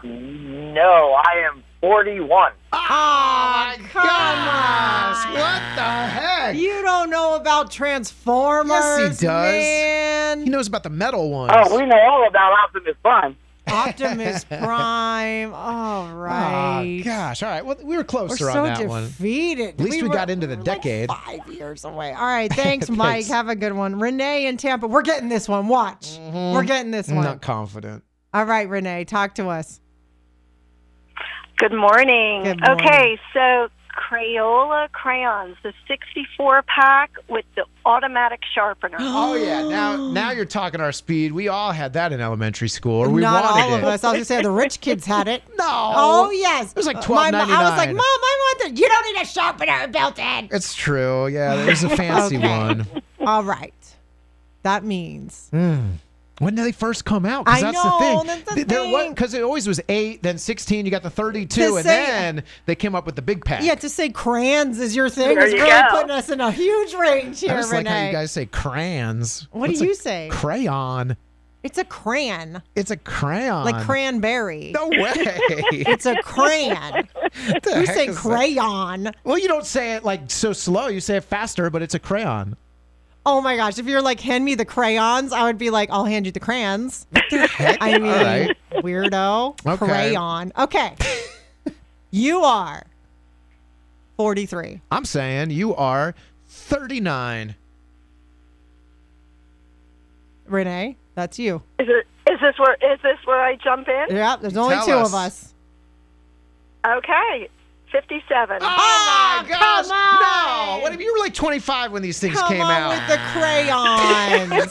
[SPEAKER 6] No, I am 41.
[SPEAKER 4] Oh, my
[SPEAKER 3] come
[SPEAKER 4] gosh! What the heck?
[SPEAKER 3] You don't know about Transformers.
[SPEAKER 4] Yes, he does.
[SPEAKER 3] Man. [LAUGHS]
[SPEAKER 4] He knows about the metal ones.
[SPEAKER 6] Oh, we know all about Optimus Prime.
[SPEAKER 3] Optimus [LAUGHS] Prime. All right.
[SPEAKER 4] Oh, gosh. All right. Well, we were
[SPEAKER 3] We're
[SPEAKER 4] closer
[SPEAKER 3] so
[SPEAKER 4] on that one.
[SPEAKER 3] defeated.
[SPEAKER 4] At least we,
[SPEAKER 3] were
[SPEAKER 4] got into the decade.
[SPEAKER 3] five years away. All
[SPEAKER 4] [LAUGHS]
[SPEAKER 3] right. Thanks, Mike.
[SPEAKER 4] Thanks.
[SPEAKER 3] Have a good one. Renee in Tampa. We're getting this one. Watch. We're getting this
[SPEAKER 4] I'm
[SPEAKER 3] one.
[SPEAKER 4] Mm-hmm. Mm, not confident.
[SPEAKER 3] All right, Renee. Talk to us.
[SPEAKER 7] Good morning.
[SPEAKER 3] Good morning.
[SPEAKER 7] Okay, so Crayola crayons, the 64 pack with the automatic
[SPEAKER 3] [GASPS]
[SPEAKER 7] sharpener.
[SPEAKER 4] Oh yeah, now now you're talking our speed. We all had that in elementary school, or we
[SPEAKER 3] not
[SPEAKER 4] wanted
[SPEAKER 3] all
[SPEAKER 4] it.
[SPEAKER 3] of us. I was going to say the rich kids had it.
[SPEAKER 4] [LAUGHS] No.
[SPEAKER 3] Oh, yes. It
[SPEAKER 4] was like
[SPEAKER 3] I was like,
[SPEAKER 4] $12.99.
[SPEAKER 3] Mom, I want that. You don't need a sharpener built in.
[SPEAKER 4] It's true. Yeah,
[SPEAKER 3] [LAUGHS]
[SPEAKER 4] there's a fancy
[SPEAKER 3] Okay.
[SPEAKER 4] one.
[SPEAKER 3] All right. That means
[SPEAKER 4] When did they first come out? Because
[SPEAKER 3] I
[SPEAKER 4] that's the thing.
[SPEAKER 3] know, that's the
[SPEAKER 4] there
[SPEAKER 3] thing.
[SPEAKER 4] because it always was eight, then sixteen. You got the thirty-two,
[SPEAKER 3] To
[SPEAKER 4] and
[SPEAKER 3] say-
[SPEAKER 4] then they came up with the big pack.
[SPEAKER 3] yeah, to say crayons is your thing
[SPEAKER 7] There
[SPEAKER 3] is
[SPEAKER 7] you
[SPEAKER 3] really
[SPEAKER 7] go.
[SPEAKER 3] putting us in a huge range here,
[SPEAKER 4] I just
[SPEAKER 3] Renee.
[SPEAKER 4] like how you guys say crayons.
[SPEAKER 3] What do
[SPEAKER 4] What's a
[SPEAKER 3] you say?
[SPEAKER 4] Crayon.
[SPEAKER 3] it's a crayon,
[SPEAKER 4] It's a crayon.
[SPEAKER 3] like cranberry. [LAUGHS]
[SPEAKER 4] No way.
[SPEAKER 3] It's a crayon.
[SPEAKER 4] [LAUGHS] What the
[SPEAKER 3] You
[SPEAKER 4] heck
[SPEAKER 3] say
[SPEAKER 4] is that?
[SPEAKER 3] crayon.
[SPEAKER 4] Well, you don't say it like so slow. You say it faster, but it's a crayon.
[SPEAKER 3] Oh my gosh. If you're like, hand me the crayons, I would be like, I'll hand you the crayons. I mean,
[SPEAKER 4] right.
[SPEAKER 3] weirdo.
[SPEAKER 4] Okay.
[SPEAKER 3] Crayon.
[SPEAKER 4] [LAUGHS]
[SPEAKER 3] Okay. you are 43.
[SPEAKER 4] I'm saying you are thirty-nine.
[SPEAKER 3] Renee, that's you.
[SPEAKER 7] Is it? Is this where? Is this where I jump in?
[SPEAKER 3] Yeah, there's only
[SPEAKER 4] Tell
[SPEAKER 3] two
[SPEAKER 4] us.
[SPEAKER 3] of us.
[SPEAKER 7] Okay, 57.
[SPEAKER 4] Oh, my gosh!
[SPEAKER 3] Ah, come on.
[SPEAKER 4] No, what if you were like 25 when these things
[SPEAKER 3] Come
[SPEAKER 4] came
[SPEAKER 3] on
[SPEAKER 4] out?
[SPEAKER 3] with the crayons.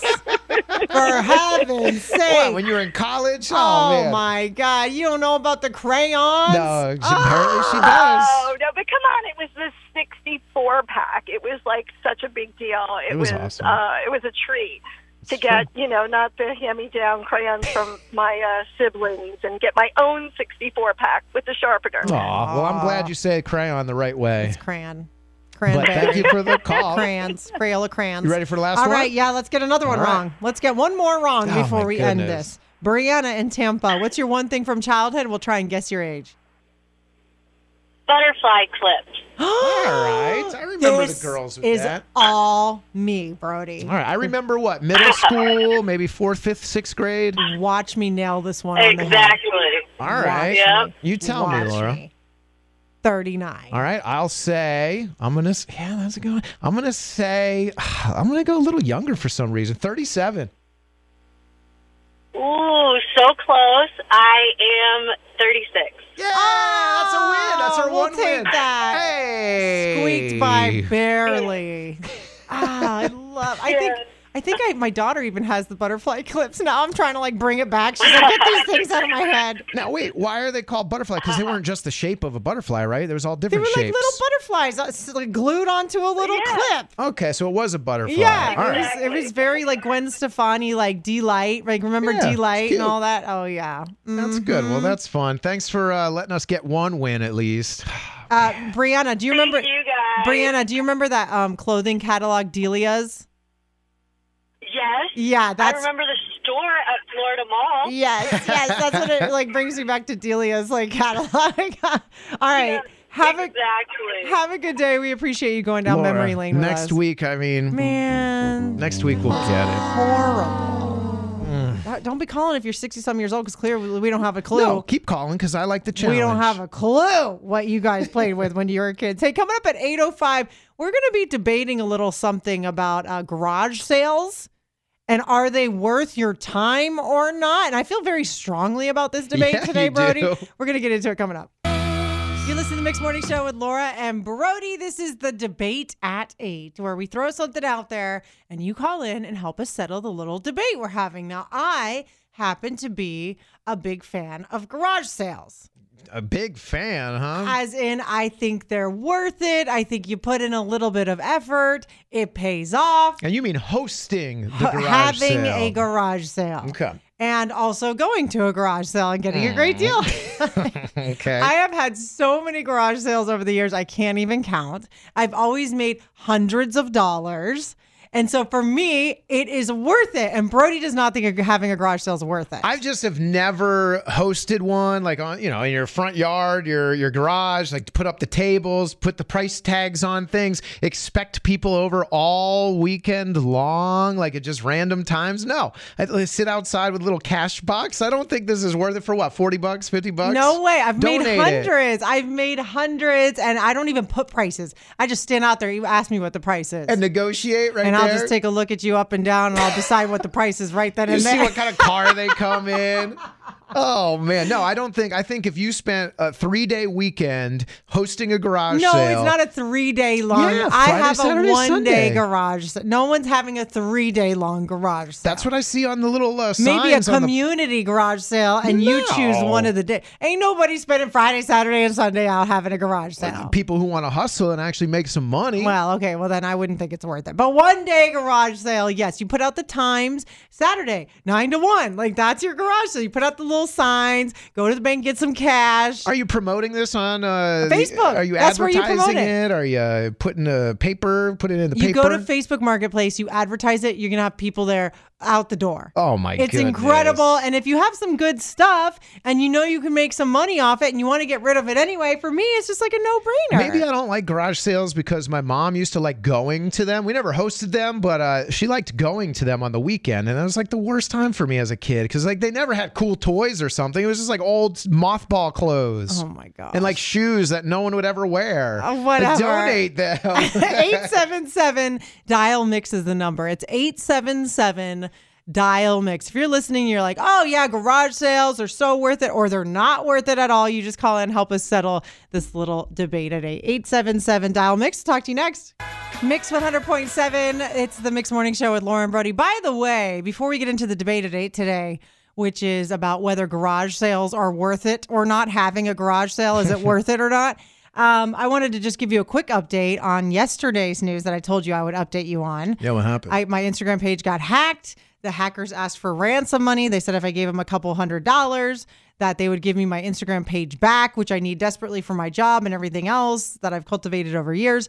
[SPEAKER 3] For heaven's sake.
[SPEAKER 4] [LAUGHS] What, when you were in college? Oh,
[SPEAKER 3] oh,
[SPEAKER 4] man.
[SPEAKER 3] my God. You don't know about the crayons?
[SPEAKER 4] No, she, apparently she does.
[SPEAKER 5] Oh no, but come on! It was this sixty-four pack. It was like such a big deal. It,
[SPEAKER 4] It was awesome.
[SPEAKER 5] Uh, it was a treat to get you know not the hand-me-down crayons from my uh, siblings and get my own sixty-four pack with the sharpener.
[SPEAKER 3] Oh,
[SPEAKER 4] Aw, well, I'm glad you said crayon the right way.
[SPEAKER 3] Crayon.
[SPEAKER 4] But
[SPEAKER 3] Crayon.
[SPEAKER 4] thank you for the call.
[SPEAKER 3] crayons, Crayola crayons.
[SPEAKER 4] You ready for the last
[SPEAKER 3] All
[SPEAKER 4] one?
[SPEAKER 3] right, yeah, let's get another one
[SPEAKER 4] All right.
[SPEAKER 3] wrong. Let's get one more wrong
[SPEAKER 4] Oh,
[SPEAKER 3] before
[SPEAKER 4] my
[SPEAKER 3] we end
[SPEAKER 4] goodness.
[SPEAKER 3] this. Brianna in Tampa, what's your one thing from childhood? We'll try and guess your age.
[SPEAKER 9] Butterfly clips.
[SPEAKER 4] All right. I remember
[SPEAKER 3] This
[SPEAKER 4] the girls with
[SPEAKER 3] is
[SPEAKER 4] that.
[SPEAKER 3] all me, Brody.
[SPEAKER 4] All right. I remember
[SPEAKER 3] [LAUGHS]
[SPEAKER 4] what? Middle school, maybe fourth, fifth, sixth grade.
[SPEAKER 3] Watch me nail this one. On the head.
[SPEAKER 9] Exactly.
[SPEAKER 4] All right.
[SPEAKER 9] Yep.
[SPEAKER 4] You tell
[SPEAKER 3] Watch
[SPEAKER 4] me, Laura.
[SPEAKER 3] 39.
[SPEAKER 4] All right, I'll say I'm gonna. s- Yeah, that's a good. One. I'm gonna say [SIGHS] I'm gonna go a little younger for some reason. Thirty-seven.
[SPEAKER 9] Ooh, so close. I am 36.
[SPEAKER 4] Yeah, that's a win. That's
[SPEAKER 3] Ah,
[SPEAKER 4] our
[SPEAKER 3] we'll
[SPEAKER 4] one
[SPEAKER 3] take
[SPEAKER 4] win.
[SPEAKER 3] that.
[SPEAKER 4] Hey,
[SPEAKER 3] Squeaked by barely. ah, I love. I think. I think I, my daughter even has the butterfly clips now. I'm trying to like bring it back. She's like, get these things out of my head.
[SPEAKER 4] Now wait, why are they called butterfly? Because they weren't just the shape of a butterfly, right? There was all
[SPEAKER 3] They
[SPEAKER 4] different
[SPEAKER 3] were like
[SPEAKER 4] shapes.
[SPEAKER 3] little butterflies uh, s- like, glued onto a little clip.
[SPEAKER 4] okay, so it was a butterfly.
[SPEAKER 3] Yeah,
[SPEAKER 4] all
[SPEAKER 3] it
[SPEAKER 4] right.
[SPEAKER 3] was it was very like Gwen Stefani, like D Light, like remember
[SPEAKER 4] Yeah,
[SPEAKER 3] D Light
[SPEAKER 4] it's
[SPEAKER 3] and
[SPEAKER 4] cute.
[SPEAKER 3] all that. Oh yeah,
[SPEAKER 4] That's
[SPEAKER 3] Mm.
[SPEAKER 4] good. Well, that's fun. Thanks for uh, letting us get one win at least.
[SPEAKER 3] Uh, Brianna, do you remember?
[SPEAKER 9] Thank you guys.
[SPEAKER 3] Brianna, do you remember that um, clothing catalog Delia's?
[SPEAKER 9] Yes.
[SPEAKER 3] Yeah,
[SPEAKER 9] I
[SPEAKER 3] that's
[SPEAKER 9] remember the store at Florida Mall.
[SPEAKER 3] Yes, yes, that's what it like brings me back to Delia's like catalog. [LAUGHS] All right, have a
[SPEAKER 9] exactly.
[SPEAKER 3] have a good day. We appreciate you going down
[SPEAKER 4] Laura,
[SPEAKER 3] memory lane with
[SPEAKER 4] next
[SPEAKER 3] us.
[SPEAKER 4] week. I mean,
[SPEAKER 3] Man,
[SPEAKER 4] next week we'll get it.
[SPEAKER 3] horrible. Uh, Don't be calling if you're sixty some years old because clearly we don't have a clue.
[SPEAKER 4] Mm. No, keep calling because I like the challenge.
[SPEAKER 3] We don't have a clue what you guys played with when you were kids. Hey, coming up at 8.05, we're going to be debating a little something about uh, garage sales and are they worth your time or not? And I feel very strongly about this debate
[SPEAKER 4] Yeah,
[SPEAKER 3] today,
[SPEAKER 4] you
[SPEAKER 3] Brody.
[SPEAKER 4] do.
[SPEAKER 3] We're going to get into it coming up. You listen to the Mixed Morning Show with Laura and Brody. This is the debate at eight, where we throw something out there and you call in and help us settle the little debate we're having. Now, I happen to be a big fan of garage sales.
[SPEAKER 4] a big fan, huh?
[SPEAKER 3] As in, I think they're worth it. I think you put in a little bit of effort, it pays off.
[SPEAKER 4] and you mean hosting the
[SPEAKER 3] H-
[SPEAKER 4] garage
[SPEAKER 3] having
[SPEAKER 4] sale.
[SPEAKER 3] a garage sale.
[SPEAKER 4] Okay.
[SPEAKER 3] And also going to a garage sale and getting a great deal. [LAUGHS]
[SPEAKER 4] Mm. Okay.
[SPEAKER 3] I have had so many garage sales over the years, I can't even count. I've always made hundreds of dollars. And so for me, it is worth it. And Brody does not think having a garage sale is worth it.
[SPEAKER 4] I just have never hosted one, like on you know, in your front yard, your your garage, like to put up the tables, put the price tags on things, expect people over all weekend long, like at just random times. No, I, I sit outside with a little cash box. I don't think this is worth it for what forty bucks, fifty bucks.
[SPEAKER 3] No way. I've made
[SPEAKER 4] Donate it.
[SPEAKER 3] hundreds. I've made hundreds, and I don't even put prices. I just stand out there. You ask me what the price is,
[SPEAKER 4] and negotiate right
[SPEAKER 3] and
[SPEAKER 4] there.
[SPEAKER 3] I'll just take a look at you up and down, and I'll decide what the price is right then
[SPEAKER 4] You
[SPEAKER 3] and
[SPEAKER 4] see
[SPEAKER 3] there.
[SPEAKER 4] what kind of
[SPEAKER 3] [LAUGHS]
[SPEAKER 4] car they come in. Oh man, no, I don't think. I think if you spent a three day weekend hosting a
[SPEAKER 3] [LAUGHS]
[SPEAKER 4] garage
[SPEAKER 3] no,
[SPEAKER 4] sale,
[SPEAKER 3] it's not a three day long.
[SPEAKER 4] Yeah,
[SPEAKER 3] I
[SPEAKER 4] Friday,
[SPEAKER 3] have
[SPEAKER 4] Saturday,
[SPEAKER 3] a one
[SPEAKER 4] Sunday.
[SPEAKER 3] day garage. sa- No one's having a three day long garage sale.
[SPEAKER 4] That's what I see on the little uh,
[SPEAKER 3] Maybe a
[SPEAKER 4] signs on the-
[SPEAKER 3] community garage sale, and you choose
[SPEAKER 4] No.
[SPEAKER 3] one of the day. Ain't nobody spending Friday, Saturday, and Sunday out having a garage sale.
[SPEAKER 4] people who want to hustle and actually make some money.
[SPEAKER 3] Well, okay, well then I wouldn't think it's worth it. But one day garage sale, yes, you put out the times Saturday nine to one, like that's your garage sale. You put out the little signs, go to the bank, get some cash.
[SPEAKER 4] are you promoting this on uh, the-
[SPEAKER 3] Facebook.
[SPEAKER 4] Are you
[SPEAKER 3] That's where you
[SPEAKER 4] advertising
[SPEAKER 3] promote
[SPEAKER 4] it?
[SPEAKER 3] it.
[SPEAKER 4] Are you uh, putting a paper? Put it in the
[SPEAKER 3] You
[SPEAKER 4] paper.
[SPEAKER 3] go to Facebook Marketplace, you advertise it, you're gonna have people there out the door.
[SPEAKER 4] oh my!
[SPEAKER 3] It's
[SPEAKER 4] goodness.
[SPEAKER 3] incredible. And if you have some good stuff and you know you can make some money off it and you want to get rid of it anyway, for me, it's just like a no brainer.
[SPEAKER 4] Maybe I don't like garage sales because my mom used to like going to them. We never hosted them, but uh, she liked going to them on the weekend, and that was like the worst time for me as a kid because like they never had cool toys or something. It was just like old mothball clothes
[SPEAKER 3] Oh my God.
[SPEAKER 4] and like shoes that no one would ever wear.
[SPEAKER 3] Oh,
[SPEAKER 4] Like,
[SPEAKER 3] whatever. [LAUGHS]
[SPEAKER 4] donate them.
[SPEAKER 3] 877 dial mix is the number. It's 877 dial mix. If you're listening, you're like, oh yeah, garage sales are so worth it, or they're not worth it at all. You just call in, help us settle this little debate at 877 dial mix. Talk to you next. Mix 100.7. It's the Mix Morning Show with Lauren Brody. By the way, before we get into the debate at 8 today, which is about whether garage sales are worth it or not, having a garage sale, is it worth it or not? Um, I wanted to just give you a quick update on yesterday's news that I told you I would update you on.
[SPEAKER 4] [LAUGHS] Yeah, what happened?
[SPEAKER 3] I, my Instagram page got hacked. The hackers asked for ransom money. They said if I gave them a couple hundred dollars, that they would give me my Instagram page back, which I need desperately for my job and everything else that I've cultivated over years.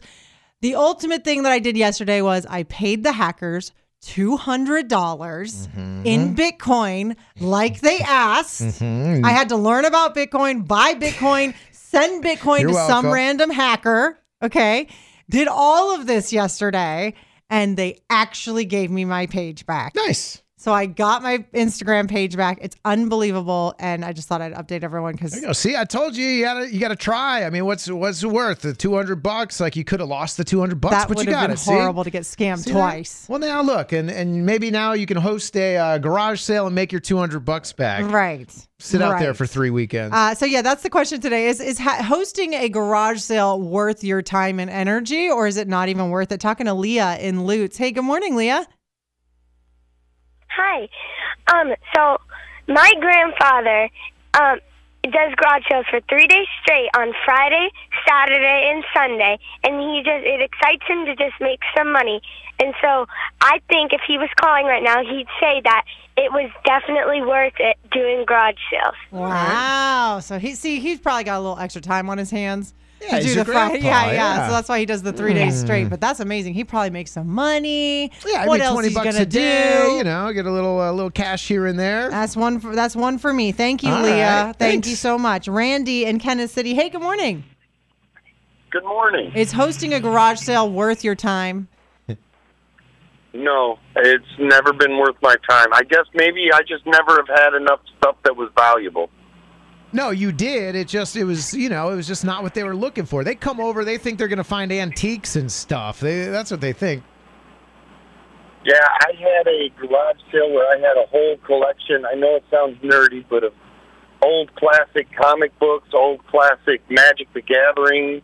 [SPEAKER 3] The ultimate thing that I did yesterday was I paid the hackers $200 dollars
[SPEAKER 4] Mm-hmm.
[SPEAKER 3] in Bitcoin like they asked.
[SPEAKER 4] Mm-hmm.
[SPEAKER 3] I had to learn about Bitcoin, buy Bitcoin, send Bitcoin
[SPEAKER 4] You're
[SPEAKER 3] to some
[SPEAKER 4] welcome.
[SPEAKER 3] random hacker. Okay. Did all of this yesterday and they actually gave me my page back.
[SPEAKER 4] nice.
[SPEAKER 3] So I got my Instagram page back. It's unbelievable. And I just thought I'd update everyone because
[SPEAKER 4] You know, see, I told you you gotta you gotta try. I mean, what's what's it worth? The two hundred bucks? Like you could have lost the two hundred bucks,
[SPEAKER 3] that
[SPEAKER 4] but
[SPEAKER 3] would
[SPEAKER 4] you
[SPEAKER 3] have
[SPEAKER 4] got
[SPEAKER 3] been
[SPEAKER 4] it. See?
[SPEAKER 3] horrible to get scammed
[SPEAKER 4] See that?
[SPEAKER 3] twice.
[SPEAKER 4] Well, now look, and and maybe now you can host a uh, garage sale and make your two hundred bucks back.
[SPEAKER 3] Right.
[SPEAKER 4] Sit out there
[SPEAKER 3] Right.
[SPEAKER 4] for three weekends.
[SPEAKER 3] Uh, so yeah, that's the question today: is is ha- hosting a garage sale worth your time and energy, or is it not even worth it? Talking to Leah in Lutz. Hey, good morning, Leah.
[SPEAKER 10] Hi. Um, so my grandfather um, does garage sales for three days straight on Friday, Saturday, and Sunday, and he just it excites him to just make some money. And so I think if he was calling right now, he'd say that it was definitely worth it doing garage sales.
[SPEAKER 3] Wow. So he see he's probably got a little extra time on his hands.
[SPEAKER 4] Yeah,
[SPEAKER 3] to
[SPEAKER 4] he's
[SPEAKER 3] do
[SPEAKER 4] your
[SPEAKER 3] the Friday.
[SPEAKER 4] grandpa,
[SPEAKER 3] yeah,
[SPEAKER 4] yeah. Mm.
[SPEAKER 3] So that's why he does the three days straight. But that's amazing. He probably makes some money.
[SPEAKER 4] yeah, I
[SPEAKER 3] what
[SPEAKER 4] mean,
[SPEAKER 3] else
[SPEAKER 4] twenty
[SPEAKER 3] he's
[SPEAKER 4] bucks
[SPEAKER 3] gonna
[SPEAKER 4] a day.
[SPEAKER 3] do? Uh,
[SPEAKER 4] You know, get a little uh, little cash here and there.
[SPEAKER 3] That's one. For, that's one for me. Thank you,
[SPEAKER 4] All
[SPEAKER 3] Leah.
[SPEAKER 4] right.
[SPEAKER 3] Thank
[SPEAKER 4] Thanks.
[SPEAKER 3] you so much, Randy in Kansas City. Hey, good morning.
[SPEAKER 8] Good morning.
[SPEAKER 3] Is hosting a garage sale worth your time?
[SPEAKER 8] No, it's never been worth my time. I guess maybe I just never have had enough stuff that was valuable.
[SPEAKER 4] No, you did. It just it was you know it was just not what they were looking for. They come over, they think they're gonna find antiques and stuff. They, that's what they think.
[SPEAKER 8] Yeah, I had a garage sale where I had a whole collection. I know it sounds nerdy, but of old classic comic books, old classic Magic the Gathering,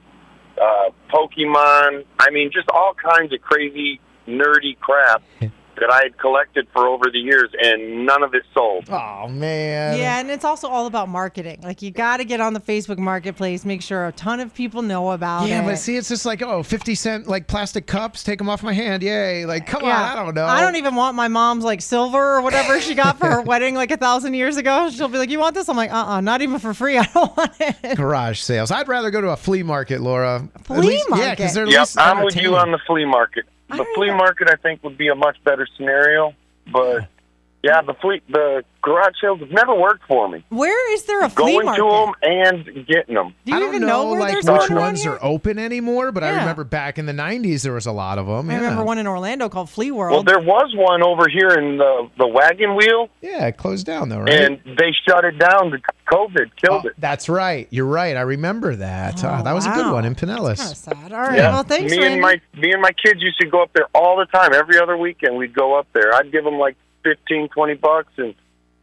[SPEAKER 8] uh, Pokemon. I mean, just all kinds of crazy, nerdy crap that I had collected for over the years, and none of it sold.
[SPEAKER 4] Oh man.
[SPEAKER 3] Yeah, and it's also all about marketing. Like you got to get on the Facebook Marketplace, make sure a ton of people know about
[SPEAKER 4] Yeah,
[SPEAKER 3] it.
[SPEAKER 4] but see, it's just like oh, 50 cent like plastic cups. Take them off my hand, yay! Like, come
[SPEAKER 3] Yeah.
[SPEAKER 4] on, I don't know.
[SPEAKER 3] I don't even want my mom's like silver or whatever she got
[SPEAKER 4] [LAUGHS]
[SPEAKER 3] for her wedding like a thousand years ago. She'll be like, "You want this?" I'm like, "Uh, uh not even for free. [LAUGHS] I don't want it."
[SPEAKER 4] garage sales. I'd rather go to a flea market, Laura. At
[SPEAKER 3] Flea
[SPEAKER 4] least- Yeah,
[SPEAKER 3] market?
[SPEAKER 4] because they're at
[SPEAKER 8] Yep,
[SPEAKER 4] least
[SPEAKER 8] I'm with you
[SPEAKER 4] entertaining.
[SPEAKER 8] on the flea market. The flea market, I think, would be a much better scenario, but yeah, the flea, the garage sales have never worked for me.
[SPEAKER 3] Where is there a flea
[SPEAKER 8] Going
[SPEAKER 3] market?
[SPEAKER 8] to them and getting them.
[SPEAKER 3] Do you
[SPEAKER 4] I don't
[SPEAKER 3] even know, where
[SPEAKER 4] like
[SPEAKER 3] there's
[SPEAKER 4] which
[SPEAKER 3] one around
[SPEAKER 4] ones
[SPEAKER 3] here?
[SPEAKER 4] are open anymore, but I
[SPEAKER 3] Yeah.
[SPEAKER 4] remember back in the '90s there was a lot of them.
[SPEAKER 3] I remember
[SPEAKER 4] yeah.
[SPEAKER 3] one in Orlando called Flea
[SPEAKER 8] Well,
[SPEAKER 3] World.
[SPEAKER 8] there was one over here in the the wagon wheel,
[SPEAKER 4] Yeah, it closed down though, right?
[SPEAKER 8] and they shut it down. The COVID killed
[SPEAKER 4] Oh,
[SPEAKER 8] it.
[SPEAKER 4] that's right. You're right. I remember that. Ah,
[SPEAKER 3] Oh,
[SPEAKER 4] that was a good
[SPEAKER 3] wow.
[SPEAKER 4] one in
[SPEAKER 3] Kinda
[SPEAKER 4] Pinellas.
[SPEAKER 3] sad. All right.
[SPEAKER 8] Yeah,
[SPEAKER 3] Well, thanks,
[SPEAKER 8] me
[SPEAKER 3] Randy.
[SPEAKER 8] and my me and my kids used to go up there all the time. Every other weekend, we'd go up there. I'd give them like fifteen, twenty bucks, and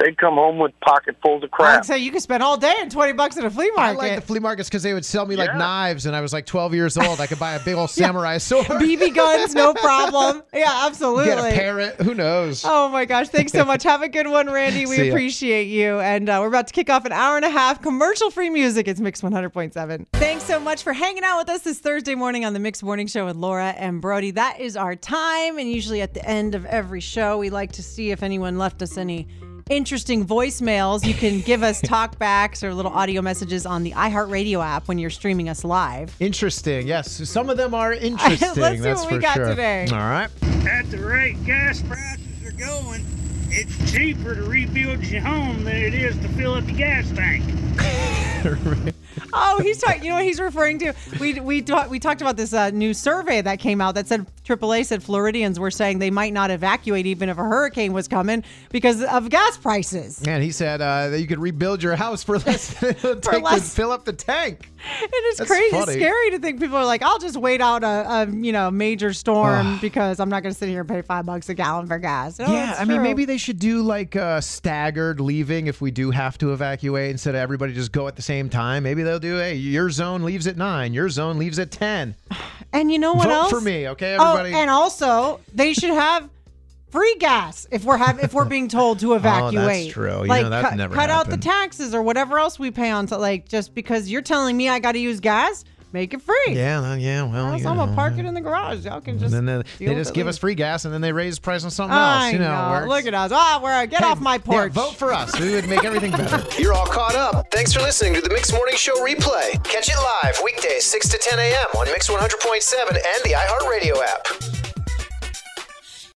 [SPEAKER 8] they'd come home with pocketfuls of crap.
[SPEAKER 3] So you could spend all day and twenty bucks at a flea
[SPEAKER 4] I
[SPEAKER 3] market.
[SPEAKER 4] like the flea markets because they would sell me like
[SPEAKER 8] Yeah.
[SPEAKER 4] knives, and I was like 12 years old. I could buy a big
[SPEAKER 3] [LAUGHS]
[SPEAKER 4] old samurai sword,
[SPEAKER 3] BB guns,
[SPEAKER 4] [LAUGHS]
[SPEAKER 3] no problem. Yeah, absolutely.
[SPEAKER 4] get a parrot. Who knows?
[SPEAKER 3] [LAUGHS] Oh my gosh. Thanks so much. Have a good one, Randy.
[SPEAKER 4] [LAUGHS] See
[SPEAKER 3] We
[SPEAKER 4] ya.
[SPEAKER 3] appreciate you. And uh, we're about to kick off an hour and a half commercial free music. It's Mix 100.7. Thanks so much for hanging out with us this Thursday morning on the Mix Morning Show with Laura and Brody. That is our time. And usually at the end of every show, we like to see if anyone left us any. Interesting voicemails. You can give [LAUGHS] us talkbacks or little audio messages on the iHeartRadio app when you're streaming us live.
[SPEAKER 4] Interesting. Yes, some of them are
[SPEAKER 3] [LAUGHS]
[SPEAKER 4] interesting.
[SPEAKER 3] Let's see
[SPEAKER 4] that's
[SPEAKER 3] what we
[SPEAKER 4] for
[SPEAKER 3] got
[SPEAKER 4] sure.
[SPEAKER 3] today.
[SPEAKER 4] All right.
[SPEAKER 5] at the rate gas prices are going, it's cheaper to rebuild your home than it is to fill up the gas tank.
[SPEAKER 3] Oh, he's talking. You know what he's referring to? We we ta- we talked about this uh, new survey that came out that said AAA said Floridians were saying they might not evacuate even if a hurricane was coming because of gas
[SPEAKER 4] [LAUGHS]
[SPEAKER 3] prices.
[SPEAKER 4] And he said uh, that you could rebuild your house for [LAUGHS] less
[SPEAKER 3] [LAUGHS]
[SPEAKER 4] than it would
[SPEAKER 3] For
[SPEAKER 4] take to
[SPEAKER 3] less.
[SPEAKER 4] fill up the tank.
[SPEAKER 3] And it's
[SPEAKER 4] That's
[SPEAKER 3] crazy,
[SPEAKER 4] funny.
[SPEAKER 3] scary to think people are like, "I'll just wait out a, a you know major storm because I'm not going to sit here and pay five bucks a gallon for gas." No,
[SPEAKER 4] yeah,
[SPEAKER 3] it's
[SPEAKER 4] I mean,
[SPEAKER 3] Oh, true.
[SPEAKER 4] maybe they should do like uh, staggered leaving if we do have to evacuate instead of everybody just go at the same time. Maybe they'll do, hey, your zone leaves at nine, your zone leaves at 10.
[SPEAKER 3] And you know what
[SPEAKER 4] Vote
[SPEAKER 3] else?
[SPEAKER 4] for me, okay, everybody?
[SPEAKER 3] Oh, and also they should have free gas if we're have if we're being told
[SPEAKER 4] [LAUGHS]
[SPEAKER 3] to evacuate.
[SPEAKER 4] Oh, true. You
[SPEAKER 3] like
[SPEAKER 4] know, that's
[SPEAKER 3] cut,
[SPEAKER 4] never
[SPEAKER 3] cut out the
[SPEAKER 4] happened.
[SPEAKER 3] taxes or whatever else we pay on. So like just because you're telling me I got to use gas, make it free.
[SPEAKER 4] Yeah, no, yeah. Well,
[SPEAKER 3] Else
[SPEAKER 4] you
[SPEAKER 3] I'm gonna
[SPEAKER 4] know,
[SPEAKER 3] park it in the garage. Y'all can
[SPEAKER 4] and
[SPEAKER 3] just.
[SPEAKER 4] then they,
[SPEAKER 3] deal
[SPEAKER 4] they
[SPEAKER 3] with
[SPEAKER 4] just
[SPEAKER 3] it
[SPEAKER 4] give
[SPEAKER 3] later.
[SPEAKER 4] us free gas, and then they raise the price on something
[SPEAKER 3] I
[SPEAKER 4] else. You know, it
[SPEAKER 3] know.
[SPEAKER 4] works.
[SPEAKER 3] Look at us. Ah, we're get off my
[SPEAKER 4] yeah,
[SPEAKER 3] porch.
[SPEAKER 4] vote for us. We would make everything better.
[SPEAKER 11] [LAUGHS] You're all caught up. Thanks for listening to the Mix Morning Show replay. Catch it live weekdays 6 to 10 a.m. on Mix 100.7 and the iHeartRadio app.